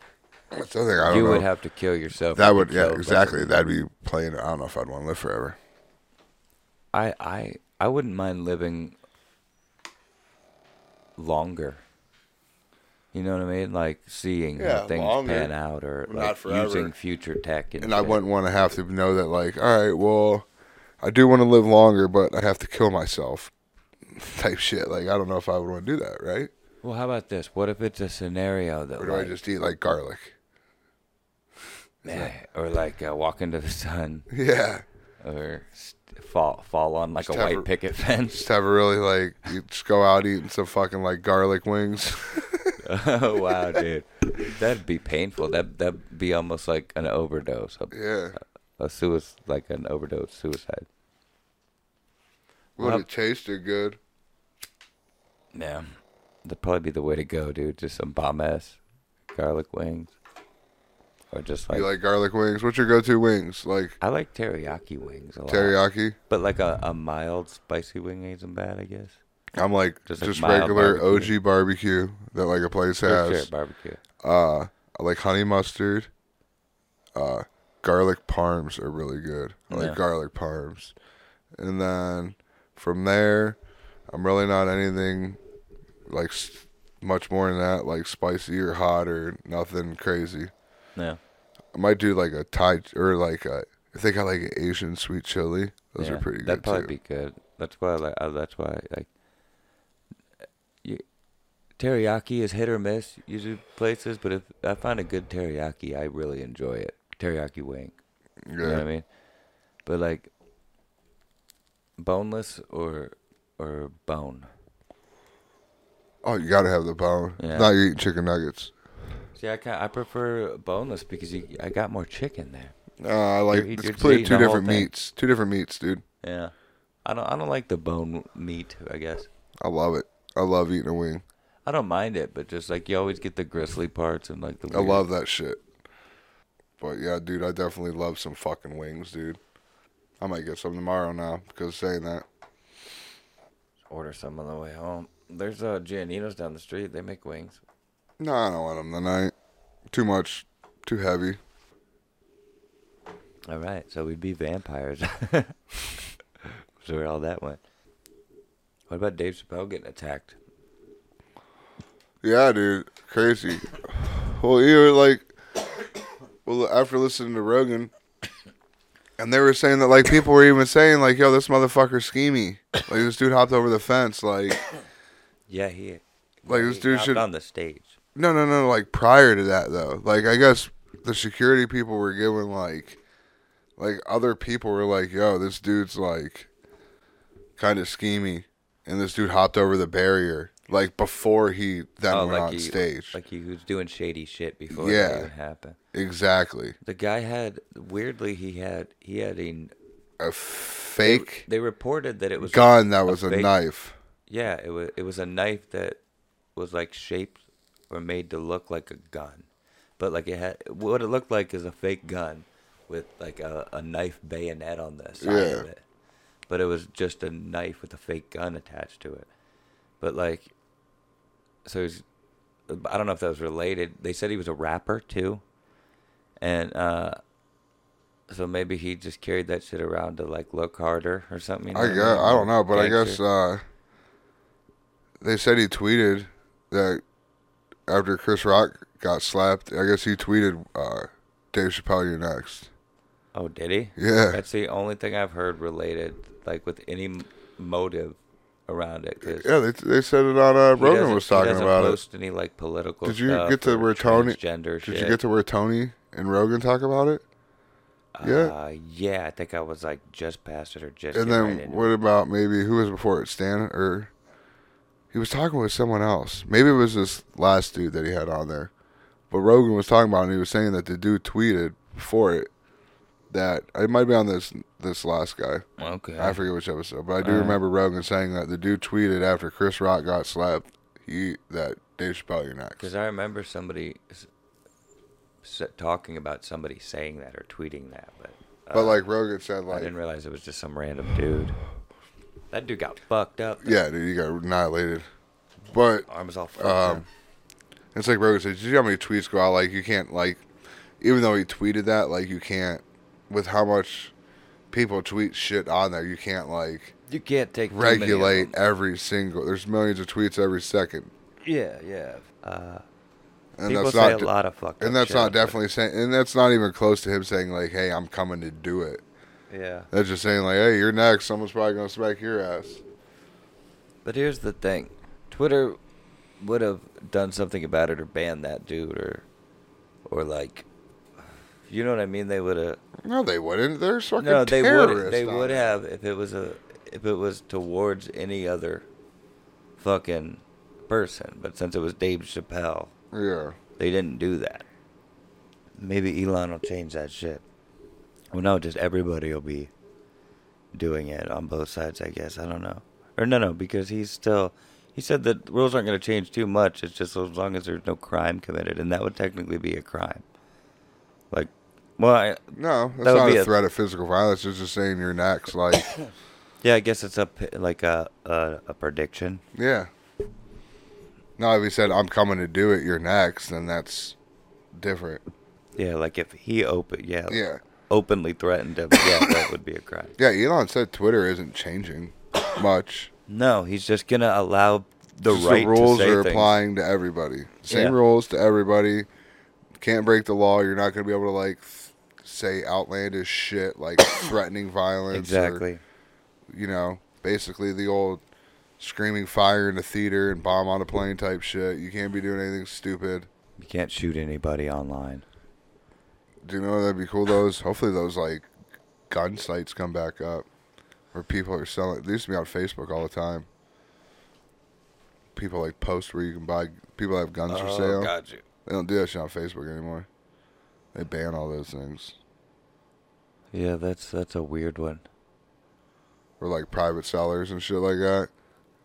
That's the thing. I don't
you
know.
would have to kill yourself.
that
to
would yeah
control-
exactly. That'd be playing. I don't know if I'd want to live forever.
I I I wouldn't mind living longer. You know what I mean? Like seeing
Yeah,
how things
longer,
pan out, or
but not
like
forever.
using future tech. And,
And I
shit.
wouldn't want to have to know that like all right, well, I do want to live longer, but I have to kill myself. Type shit. Like I don't know if I would want to do that. Right?
Well, how about this? What if it's a scenario that,
Or do
like,
I just eat like garlic?
eh, or like uh, walk into the sun,
Yeah.
or st- fall fall on like a
have
white
a-
picket fence?
Just have a really like you just go out eating some fucking like garlic wings.
oh wow, dude, that'd be painful. That that'd be almost like an overdose, a,
Yeah.
a suicide, like an overdose suicide.
Would
Well,
have tasted good.
Yeah. That'd probably be the way to go, dude. Just some bomb ass garlic wings. Or just like,
You like garlic wings? What's your go-to wings? Like
I like teriyaki wings a lot.
teriyaki?
But like a, a mild spicy wing isn't bad, I guess.
I'm like
Just
just,
like mild
regular
barbecue.
OG barbecue that like a place
For sure,
has.
barbecue.
Uh, I like honey mustard. Uh, garlic parms are really good. I like
Yeah.
garlic parms, and then from there, I'm really not anything like s- much more than that. Like spicy or hot or nothing crazy.
Yeah.
I might do like a Thai or like a if they got like an Asian sweet chili. Those
yeah.
are pretty
That'd
good
probably
too.
be good. That's why I like, I, that's why like, you, teriyaki is hit or miss usually places, but if I find a good teriyaki, I really enjoy it. Teriyaki wing.
yeah.
You know what I mean? But like boneless or or bone.
Oh, you gotta have the bone.
Yeah.
Now you're eating chicken nuggets.
See, I kind I prefer boneless because you, I got more chicken there.
Uh, I like
eat-
it's
you're
completely
eating
two
the whole
different
thing.
meats. Two different meats, dude.
Yeah. I don't I don't like the bone meat, I guess.
I love it. I love eating a wing.
I don't mind it, but just like you always get the gristly parts and like the
I
weird.
love that shit. But yeah, dude, I definitely love some fucking wings, dude. I might get some tomorrow now because of saying that.
order some on the way home. There's uh, Giannino's down the street. They make wings.
No, I don't want them tonight. Too much, too heavy.
All right, so we'd be vampires. so where all that went. What about Dave Chappelle getting attacked?
Yeah, dude, crazy. Well, you were like, well, after listening to Rogan, and they were saying that like people were even saying like, "Yo, this motherfucker's schemy." Like this dude hopped over the fence. Like,
Yeah, he
like this
he
dude
hopped
should.
on the stage.
No, no, no. Like prior to that, though, like I guess the security people were giving like, like other people were like, "Yo, this dude's like, kind of schemy," and this dude hopped over the barrier like before he then went on
he,
stage.
Oh, like he was doing shady shit before
Yeah.
that even happened.
exactly,
The guy had weirdly he had he had a
a fake
they reported that it was
gun that was a
fake-
knife.
Yeah, it was it was a knife that was like shaped or made to look like a gun, but like it had what it looked like is a fake gun with like a, a knife bayonet on the side of
Yeah.
it, but it was just a knife with a fake gun attached to it. But like, so he's, I don't know if that was related. They said he was a rapper too, and uh, so maybe he just carried that shit around to like look harder or something. you
I
what
guess I don't know, but I
Gangster.
guess uh, they said he tweeted that after Chris Rock got slapped. I guess he tweeted uh, Dave Chappelle, you're next.
Oh, did he?
Yeah.
That's the only thing I've heard related, like with any m- motive around it. 'cause
Yeah, they, they said it on uh,
he
Rogan
doesn't-
was talking
he doesn't
about it.
post any like political.
Did you
stuff
get to
or
where Tony-
Transgender
Did you get to where Tony and Rogan talk about it? yeah?
Uh, yeah, I think I was like just past it or just.
And
getting right
then
into
what about maybe who was before it, Stan or he was talking with someone else. Maybe it was this last dude that he had on there. But Rogan was talking about it and he was saying that the dude tweeted before it that it might be on this this last guy.
it. Okay.
I forget which episode, but I do
Alright.
remember Rogan saying that the dude tweeted after Chris Rock got slapped, he that Dave Chappelle you're next.
Because I remember somebody s- s- talking about somebody saying that or tweeting that, but. uh,
But like Rogan said
I
like
didn't realize it was just some random dude. That dude got fucked up.
Yeah, dude, you got annihilated. But
Arms all fucked up.
Um, it's like Rogan said. Did you see how many tweets go out? Like you can't like, even though he tweeted that, like you can't with how much people tweet shit on there. You can't like
You can't take too many of them.
regulate every single. There's millions of tweets every second,
Yeah, yeah. Uh,
and
people
that's
say
not.
a lot of fucked
and
up
that's
shit on
not
Twitter.
definitely saying, and that's not even close to him saying like, "Hey, I'm coming to do it."
Yeah.
That's just saying like, "Hey, you're next. Someone's probably gonna smack your ass."
But here's the thing Twitter would have done something about it or banned that dude or, or like, you know what I mean? They would have.
No, they wouldn't. They're fucking
No, they
terrorists.
would. They
on
would
it.
have if it was a if it was towards any other fucking person. But since it was Dave Chappelle,
Yeah.
They didn't do that. Maybe Elon will change that shit. Well, no, just everybody will be doing it on both sides, I guess. I don't know. Or no, no, because he's still. He said that rules aren't going to change too much. It's just as long as there's no crime committed, and that would technically be a crime. Like, well, I,
No, that's
That would
not
be
a
a-
threat of physical violence. It's just saying you're next. Like,
yeah, I guess it's a p- like a a, a prediction.
yeah. No, if he said, I'm coming to do it, you're next, then that's different.
Yeah, like if he open, yeah,
Yeah.
openly threatened him, yeah, that would be a crime.
Yeah, Elon said Twitter isn't changing much.
No, he's just gonna allow the
Just
right
rules
to say
are
things.
applying to everybody. Same
Yeah.
rules to everybody. Can't break the law. You're not going to be able to, like, th- say outlandish shit, like threatening violence. or,
Exactly.
you know, basically the old screaming fire in the theater and bomb on a plane type shit. You can't be doing anything stupid.
You can't shoot anybody online.
Do you know that'd be cool? Those hopefully those like gun sites come back up where people are selling. They used to be on Facebook all the time. People like post where you can buy. People have guns
Oh,
for sale.
got you.
They don't do that shit on Facebook anymore. They ban all those things.
Yeah, that's that's a weird one.
Or like private sellers and shit like that.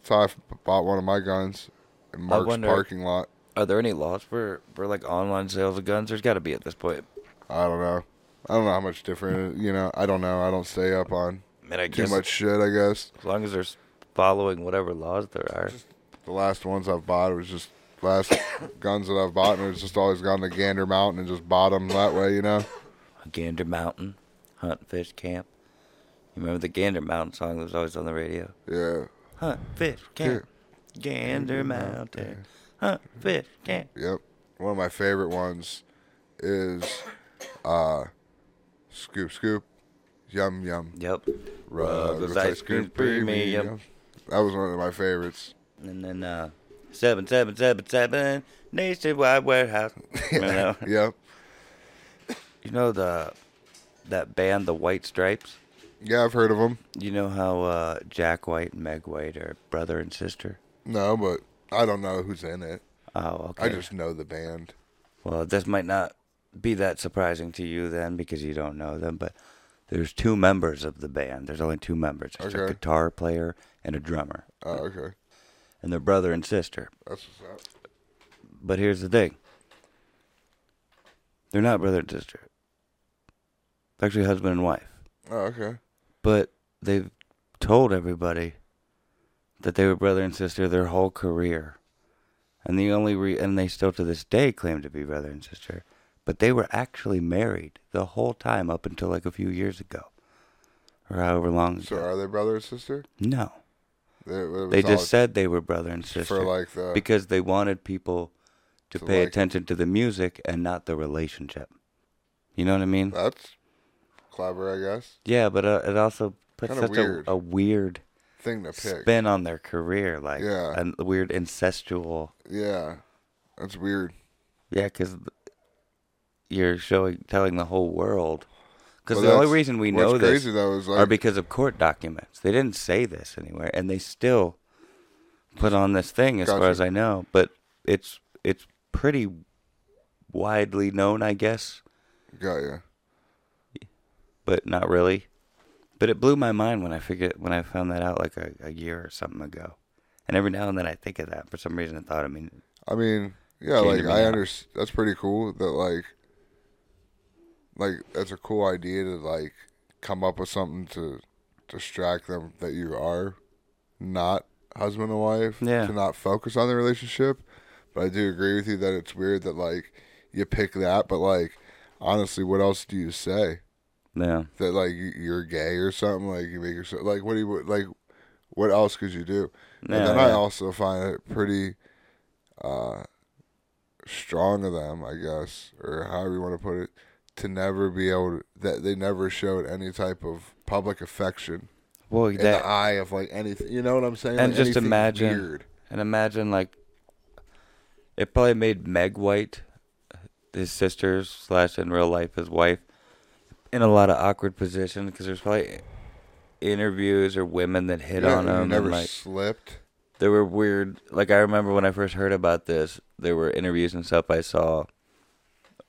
So I f- bought one of my guns in Mark's
wonder-
parking lot.
Are there any laws for for like online sales of guns? There's got to be at this point.
I don't know. I don't know how much different. You know, I don't know. I don't stay up on
I mean, I
too
guess
much shit. I guess.
as long as they're s- following whatever laws there are.
the last ones I've bought, it was just last guns that I've bought, and it's just always gone to Gander Mountain and just bought them that way, you know.
Gander Mountain, hunt, fish, camp. You remember the Gander Mountain song that was always on the radio?
Yeah,
Hunt, fish, camp. Gander Mountain, hunt, fish, camp.
yep. One of my favorite ones is uh, scoop scoop, yum yum.
Yep.
Rub
Ruggles
this ice cream premium. That was one of my favorites.
And then uh, seven seven seven seven nationwide warehouse. You know,
Yep.
you know the that band, the White Stripes.
Yeah, I've heard of them.
You know how uh, Jack White and Meg White are brother and sister.
No, but I don't know who's in it.
Oh, okay.
I just know the band.
Well, this might not be that surprising to you then because you don't know them, but there's two members of the band. There's only two members. There's a
Okay.
guitar player and a drummer.
Oh, okay.
And they're brother and sister.
That's what's up.
But here's the thing. They're not brother and sister. They're actually husband and wife.
Oh, okay.
But they've told everybody that they were brother and sister their whole career. And the only re- and they still to this day claim to be brother and sister, but they were actually married the whole time up until like a few years ago, or however long.
So
ago.
are they brother and sister?
No,
They, it was
they
all
just said they were brother and sister
for like the
because they wanted people to
To
pay
like-
attention to the music and not the relationship. You know what I mean?
that's clever, I guess.
yeah, but uh, it also puts
Kinda
such
weird.
a, a weird
Thing to pick.
spin on their career, like
Yeah.
a weird incestual.
Yeah, that's weird.
Yeah, because you're showing, telling the whole world. Because
Well,
the only
that's-
reason we
what's
know this
crazy though is
are
like
because of court documents. They didn't say this anywhere, and they still put on this thing, as far
Gotcha.
as I know. But it's it's pretty widely known, I guess,
got you.
but not really. But it blew my mind when I figured when I found that out like a, a year or something ago. And every now and then I think of that for some reason. I thought, I mean,
I mean, yeah,
Gander
like I
Mountain.
understand. That's pretty cool. That like, like that's a cool idea to like come up with something to distract them that you are not husband and wife.
Yeah.
To not focus on the relationship, but I do agree with you that it's weird that like you pick that, but like honestly, what else do you say?
yeah,
that like you- you're gay or something like you make yourself like what do you like what else could you do
Yeah,
and then i
yeah.
also find it pretty uh strong of them i guess or however you want to put it to never be able to, that they never showed any type of public affection
well,
in
that
the eye of like anything you know what i'm saying
And
Like,
just
anything
imagine-
weird.
And imagine like it probably made Meg White, his sister slash in real life his wife, in a lot of awkward positions because there's probably interviews or women that hit
Yeah,
on
you
him. and,
never
like
slipped
there were weird. Like I remember when I first heard about this, there were interviews and stuff I saw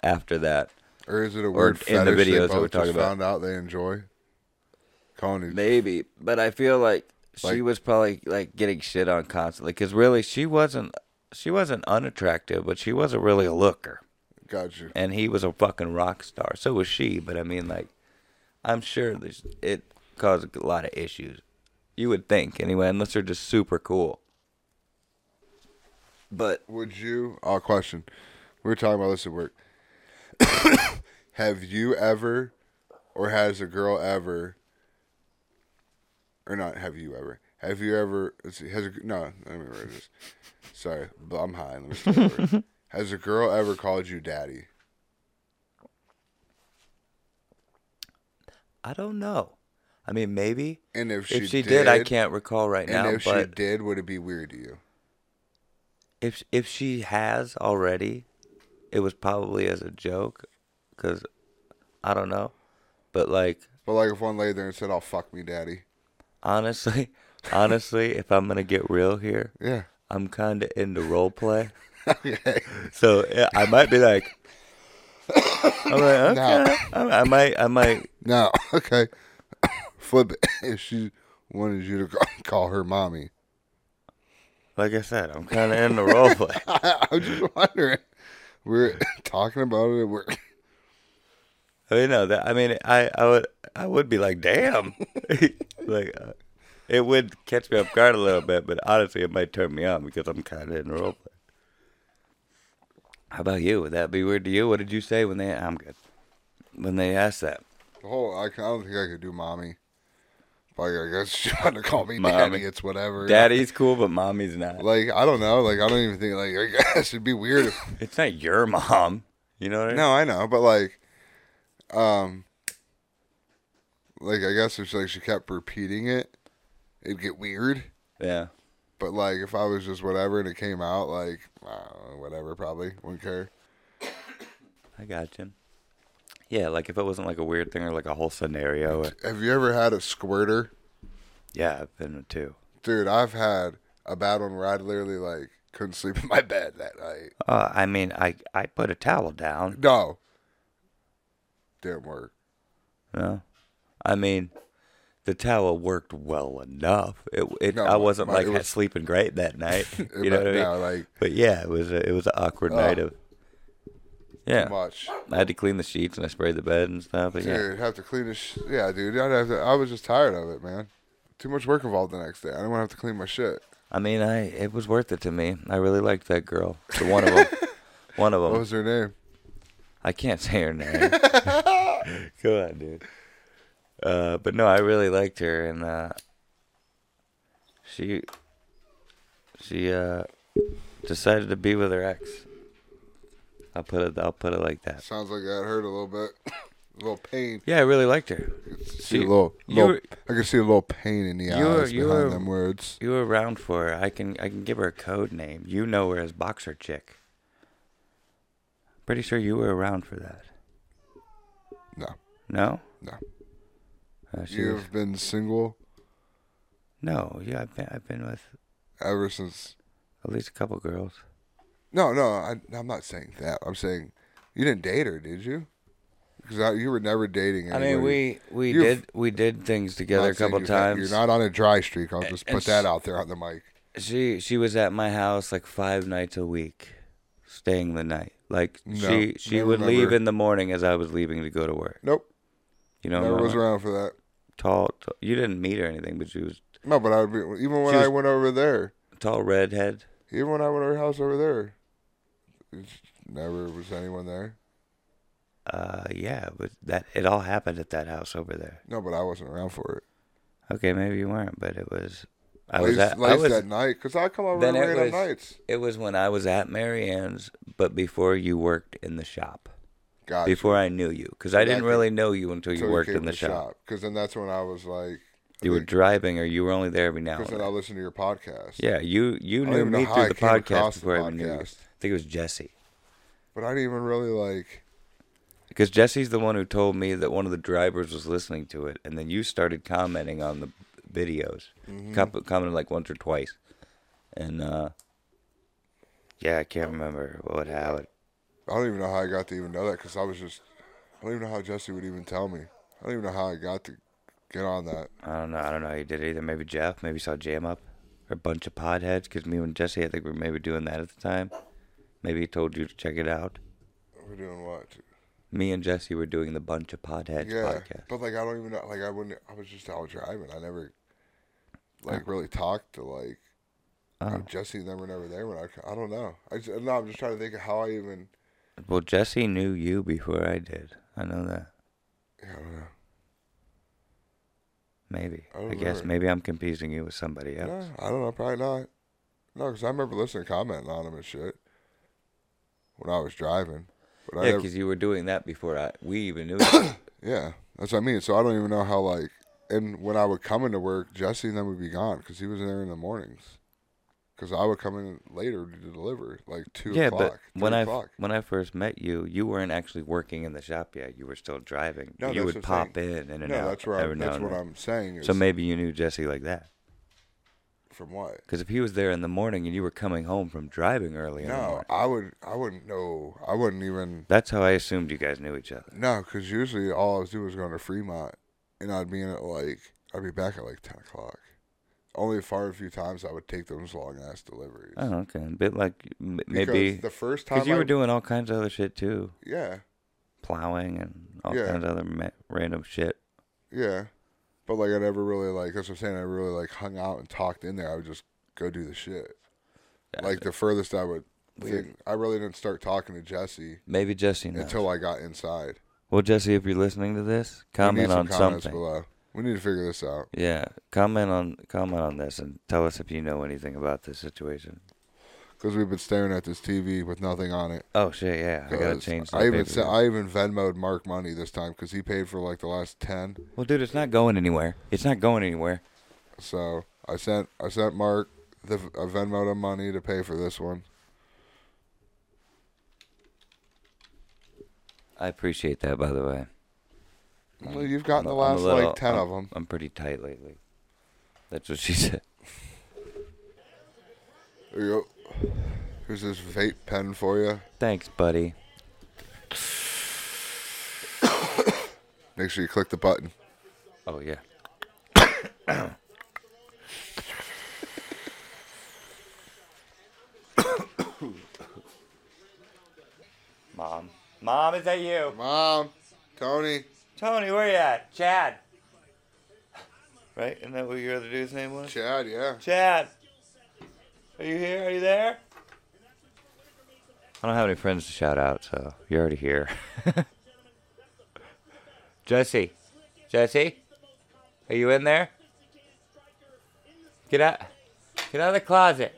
after that.
or is it a weird
in the
fetish they
videos that
both
we're talking
just
about.
found out they enjoy calling each-
Maybe, but I feel like she
Like-
was probably like getting shit on constantly because really she wasn't. She wasn't unattractive, but she wasn't really a looker.
got you
and he was a fucking rock star. So was she, but I mean, like, I'm sure this it caused a lot of issues. You would think, anyway, unless they're just super cool. But
Would you? Oh, question. We were talking about this at work. Have you ever, or has a girl ever, or not? Have you ever? Have you ever? Let's see. Has a no? Let me read this. Sorry, but I'm high. Let me start over. Has a girl ever called you daddy?
I don't know. I mean, maybe
And if she,
if she did, I can't recall right
And
now.
if she
But
did, would it be weird to you?
if if she has already, it was probably as a joke, because I don't know. But like,
But like, if one lay there and said, "Oh, fuck me, daddy,"
honestly, honestly, if I'm gonna get real here,
yeah,
I'm kind of into role play.
okay,
So yeah, I might be like, I'm like, okay, I, I might, I might,
no, okay, flip it. If she wanted you to call her mommy.
like I said, I'm kind of in the role play.
I, I was just wondering. We We're talking about it. We're
Oh, I mean, no, that I mean, I, I would, I would be like, damn, like, uh, it would catch me off guard a little bit, but honestly, it might turn me on because I'm kind of in roleplay. How about you? Would that be weird to you? What did you say when they? I'm good. When they asked that,
The whole I, I don't think I could do mommy. Like I guess she's trying to call me
Mommy.
daddy. It's whatever.
daddy's cool, but mommy's not.
Like I don't know. Like I don't even think. Like I guess it'd be weird. If,
It's not your mom. You know what I mean?
no, I know, but like, um, like I guess if she, like she kept repeating it, it'd get weird.
Yeah.
But like if I was just whatever and it came out, like I don't know, whatever, probably wouldn't care.
I got you. Yeah, like if it wasn't like a weird thing or like a whole scenario. uh,
Have you ever had a squirter?
Yeah, I've been too.
Dude, I've had a bad one where I literally like couldn't sleep in my bed that night.
Uh, I mean, I I put a towel down.
No. Didn't work.
You know? I mean, the towel worked well enough. It, it
No,
I wasn't
my-
like
it was-
sleeping great that night. you
but
know what I mean?
no, like
But yeah, it was a, it was an awkward
Ugh.
night of. Yeah,
much.
I had to clean the sheets and I sprayed the bed and stuff. But yeah,
Dude, have to clean this. Sh- yeah, dude, I'd have to. I was just tired of it, man. Too much work involved the next day. I didn't want to have to clean my shit.
I mean, I it was worth it to me. I really liked that girl. The one of them, one of them.
What was her name?
I can't say her name. Go on, dude. Uh, but no, I really liked her, and uh, she she uh, decided to be with her ex. I'll put it. I'll put it like that.
Sounds like that hurt a little bit. a little pain.
Yeah, I really liked her.
See a
She-
little.
you
little
were-
I can see a little pain in the
You were-
eyes
you
behind
were-
them words.
You were around for her. I can. I can give her a code name. You know her as Boxer Chick. Pretty sure you were around for that.
No,
No.
no.
Uh, she was-
You've been single
no. Yeah, I've been. I've been with
ever since.
at least a couple girls.
No, no. I, I'm not saying that. I'm saying you didn't date her, did you? Because you were never dating.
I mean,
anybody.
we we
You're-
did we did things
I'm
together a
not saying
couple
you're not-
times.
You're not on a dry streak. I'll just put
it's-
that out there on the mic.
She she was at my house like five nights a week, staying the night. Like
No,
she she
never
would
remember.
leave in the morning as I was leaving to go to work.
Nope.
You know,
Never
my-
was around for that.
tall, tall. You didn't meet her or anything, but she was
No, but I would be, even when
She was-
I went over there,
tall redhead.
even when I went to her house over there, it's- never was anyone there.
Uh, yeah, but that it all happened at that house over there.
No, but I wasn't around for it.
Okay, maybe you weren't, but it was. I
At
was
least,
at. I
least
was.
that night because I come over
Then it
random
was-
nights.
It was when I was at Mary Ann's, but before you worked in the shop.
Gotcha.
before I knew you, because I didn't
Exactly.
really know you until you
Till
worked
came
in
to
the shop.
Because then that's when I was like,
You were driving, or you were only there every now and
because then I
then.
listened to your podcast.
Yeah, you you
I don't
knew
even know
me
how
through
I
the
came
podcast
across the
before I even knew you. I
podcast.
think it was Jesse,
But I didn't even really like.
because Jesse's the one who told me that one of the drivers was listening to it, and then you started commenting on the videos,
Mm-hmm.
Cop- commented like once or twice, and uh, yeah, I can't remember what how it.
I don't even know how I got to even know that because I was just. I don't even know how Jesse would even tell me. I don't even know how I got to get on that.
I don't know. I don't know how you did it either. Maybe Jeff. Maybe saw Jam Up. Or a bunch of podheads. Because me and Jesse, I think we were maybe doing that at the time. Maybe he told you to check it out.
We're doing what?
Me and Jesse were doing the bunch of podheads
Yeah,
podcast.
but like I don't even know. Like I wouldn't. I was just out driving. I never like really talked to like
Oh.
Jesse. And them were never there when I. I don't know. I just, no. I'm just trying to think of how I even.
Well, Jesse knew you before I did. I know that.
Yeah, I don't know.
Maybe.
I
I,
don't
guess
remember.
maybe I'm confusing you with somebody else.
No, I don't know. Probably not. No, because I remember listening, commenting on him and shit when I was driving. But I
yeah,
never,
because you were doing that before I we even knew. you.
yeah, that's what I mean. So I don't even know how like. And when I would come into work, Jesse and them would be gone because he was there in the mornings. Because I would come in later to deliver, like two
yeah,
o'clock.
but when
three
I
o'clock.
when I first met you, you weren't actually working in the shop yet. You were still driving.
No,
you
that's
would
what I'm
pop in and, and
No,
out
that's where I'm,
every now
that's
and
what
then.
I'm saying. Is
So maybe you knew Jesse like that.
from what?
Because if he was there in the morning and you were coming home from driving early in the
No,
morning,
I would. I wouldn't know. I wouldn't even.
that's how I assumed you guys knew each other.
No, because usually all I was doing was going to Fremont, and I'd be in at like I'd be back at like ten o'clock. Only far a few times I would take those long ass deliveries.
Oh, okay. A bit like m-
Because
maybe.
the first time
Because you
I-
were doing all kinds of other shit too
Yeah,
plowing and all
Yeah.
kinds of other ma- random shit.
yeah. But like I never really like that's what I'm saying. I really like hung out and talked in there. I would just go do the shit.
Gotcha.
Like the furthest I would.
Weird.
Think, I really didn't start talking to Jesse
Maybe Jesse knows.
until I got inside.
well, Jesse, if you're listening to this,
We need
comment on
some comments
something.
below. We need to figure this out.
Yeah, comment on comment on this and tell us if you know anything about this situation.
because we've been staring at this TV with nothing on it.
Oh shit, yeah, I gotta
'Cause
change. The
I even
pay-per-view.
sent, I even Venmoed Mark money this time because he paid for like the last ten.
well, dude, it's not going anywhere. It's not going anywhere.
So I sent I sent Mark the I Venmoed him money to pay for this one.
I appreciate that, by the way.
Well, you've gotten
Mm, I'm
the
a- I'm a
last
little-
like 10
I'm-
of 'em. of them.
I'm pretty tight lately. That's what she said.
There you go. Here's this vape pen for you.
Thanks, buddy.
Make sure you click the button.
Oh yeah. Mom. Mom, is that you?
Mom, Tony,
Tony, where you at? Chad. Right? Isn't that what your other dude's name was?
Chad, yeah.
Chad. Are you here? Are you there? I don't have any friends to shout out, so you're already here. Jesse. Jesse? Are you in there? Get out. Get out of the closet.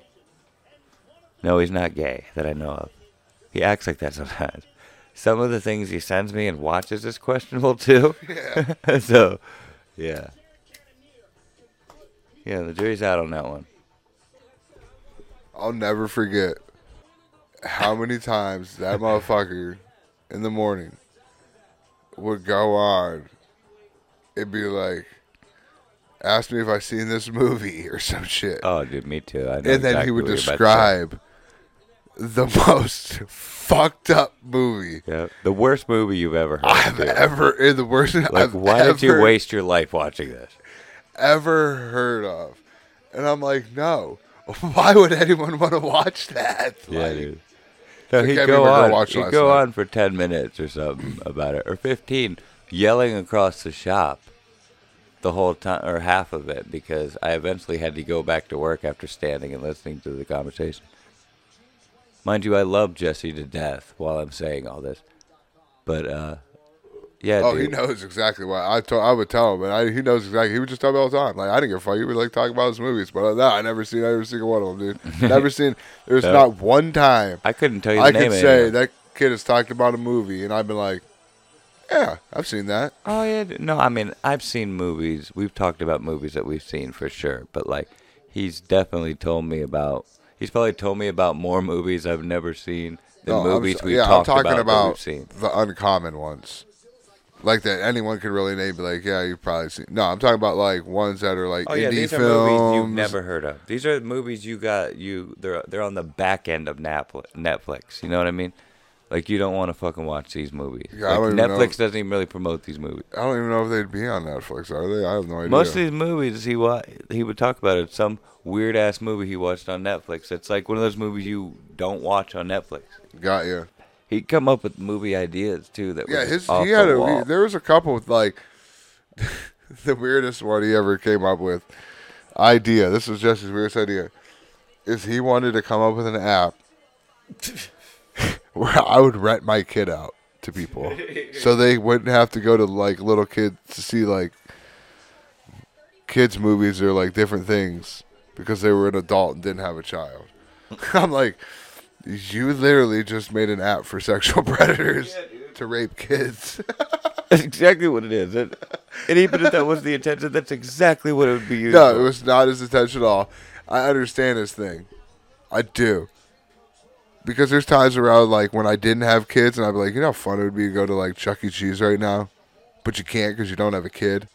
No, he's not gay that I know of. He acts like that sometimes. Some of the things he sends me and watches is questionable too. Yeah. so, yeah. Yeah, the jury's out on that one.
I'll never forget how many times that motherfucker in the morning would go on. It'd be like, ask me if I seen this movie or some shit.
Oh, dude, me too. I know
and then
exactly
he would
what you're about to say.
describe the most fucked up movie
Yeah, the worst movie you've ever heard.
I've
dude.
ever in the worst
like,
I've
why
ever,
did you waste your life watching this?
ever heard of. And I'm like, no. Why would anyone want to watch that? Like,
So
I
he'd
can't
go
remember
on,
watching
he'd
last
go
night.
on for ten minutes or something about it, or fifteen, yelling across the shop the whole time, or half of it, because I eventually had to go back to work after standing and listening to the conversation. Mind you, I love Jesse to death while I'm saying all this, but uh, yeah,
Oh,
dude.
he knows exactly why. I told, I would tell him, and I, he knows exactly. He would just tell me all the time. Like I didn't give a fuck. He would like talk about his movies, but uh, no, I never seen, I never seen one of them, dude. Never seen. There's
No.
not one time
I couldn't tell you the
I
name.
could
of
say
anyone.
that kid has talked about a movie, and I've been like, yeah, I've seen that.
Oh yeah, d- no, I mean I've seen movies. We've talked about movies that we've seen for sure, but like he's definitely told me about. He's probably told me about more movies I've never seen than
No, I'm
movies
s-
we've
yeah,
talked
I'm
about,
talking
that
about,
we've seen.
the uncommon ones, like that anyone could really name. Be like, yeah, you've probably seen. No, I'm talking about like ones that are like
Oh
indie
yeah, these
films.
are movies you've never heard of. These are movies you got you they're they're on the back end of Napl- Netflix. You know what I mean? Like you don't want to fucking watch these movies.
Yeah, I
Like,
don't even know-
Netflix doesn't even really promote these movies.
I don't even know if they'd be on Netflix, are they? I have no idea.
Most of these movies he wa- he would talk about it. Some weird ass movie he watched on Netflix. It's like one of those movies you don't watch on Netflix.
Got you.
He'd come up with movie ideas too. That were
Yeah,
just
his
off
he had
the
a,
wall.
he- there was a couple with like the weirdest one he ever came up with idea. This was just his weirdest idea. Is he wanted to come up with an app where I would rent my kid out to people, so they wouldn't have to go to like little kids to see like kids movies or like different things because they were an adult and didn't have a child. I'm like, you literally just made an app for sexual predators to rape kids.
that's exactly what it is. And, and even if that was the intention, that's exactly what it would be used.
no,
for.
it was not his intention at all. I understand his thing. I do. Because there's times around like when I didn't have kids and I'd be like, you know how fun it would be to go to like Chuck E. Cheese right now? But you can't because you don't have a kid.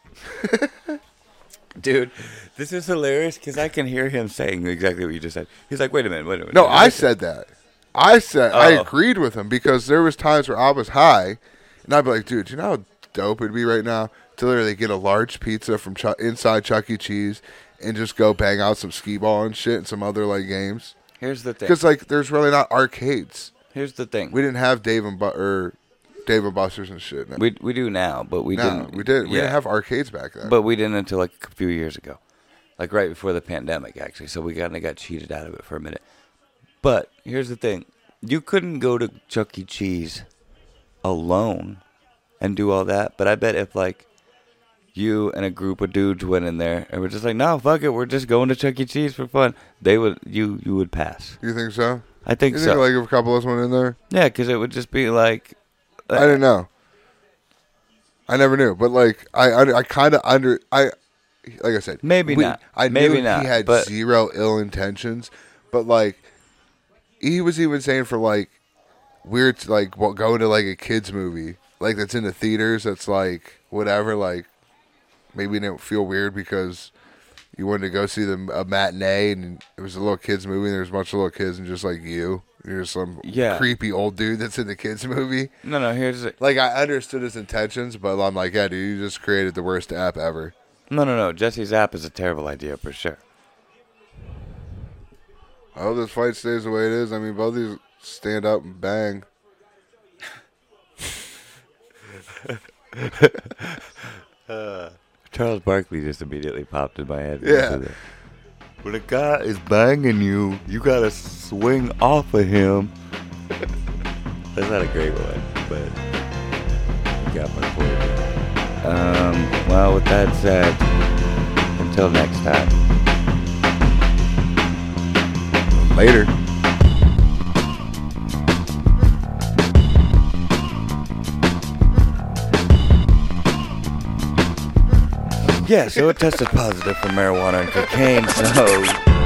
dude. This is hilarious because I can hear him saying exactly what you just said. He's like, "Wait a minute, wait a minute."
No, I said that. I said I
Oh.
agreed with him because there was times where I was high, and I'd be like, "Dude, you know how dope it'd be right now to literally get a large pizza from Chuck inside Chuck E. Cheese and just go bang out some skee ball and shit and some other like games
Here's the thing.
because like there's really not arcades.
Here's the thing.
We didn't have Dave and Butt or Dave and Buster's and shit. No,
We we do now, but we
no,
didn't.
we did. We
yeah.
didn't have arcades back then.
but we didn't until like a few years ago, like right before the pandemic, actually. So we kind of got cheated out of it for a minute. But here's the thing: you couldn't go to Chuck E. Cheese alone and do all that. But I bet if like you and a group of dudes went in there and were just like, "No, fuck it, we're just going to Chuck E. Cheese for fun," they would you you would pass.
you think so?
I think
You
so.
think like if a couple of us went in there?
yeah, because it would just be like,
I didn't know. I never knew, but like I, I, I kind of under I, like I said,
Maybe
we-
not.
I
Maybe
knew
not,
he had
but-
zero ill intentions, but like he was even saying for like weird like what going to like a kids movie like that's in the theaters that's like whatever like maybe you didn't feel weird because you wanted to go see the a matinee and it was a little kids movie and there was a bunch of little kids and just like you you're some
Yeah.
creepy old dude that's in the kids movie
"No, no, here's the
like I understood his intentions, but I'm like, yeah, dude, you just created the worst app ever.
no, no, no." Jesse's app is a terrible idea for sure.
I hope this fight stays the way it is. I mean, both these stand up and bang.
Charles Barkley just immediately popped in my head.
Yeah.
When a guy is banging you, you gotta swing off of him. That's not a great one, but you got my point. Um, well, with that said, until next time.
Later.
Yeah, so it tested positive for marijuana and cocaine, so.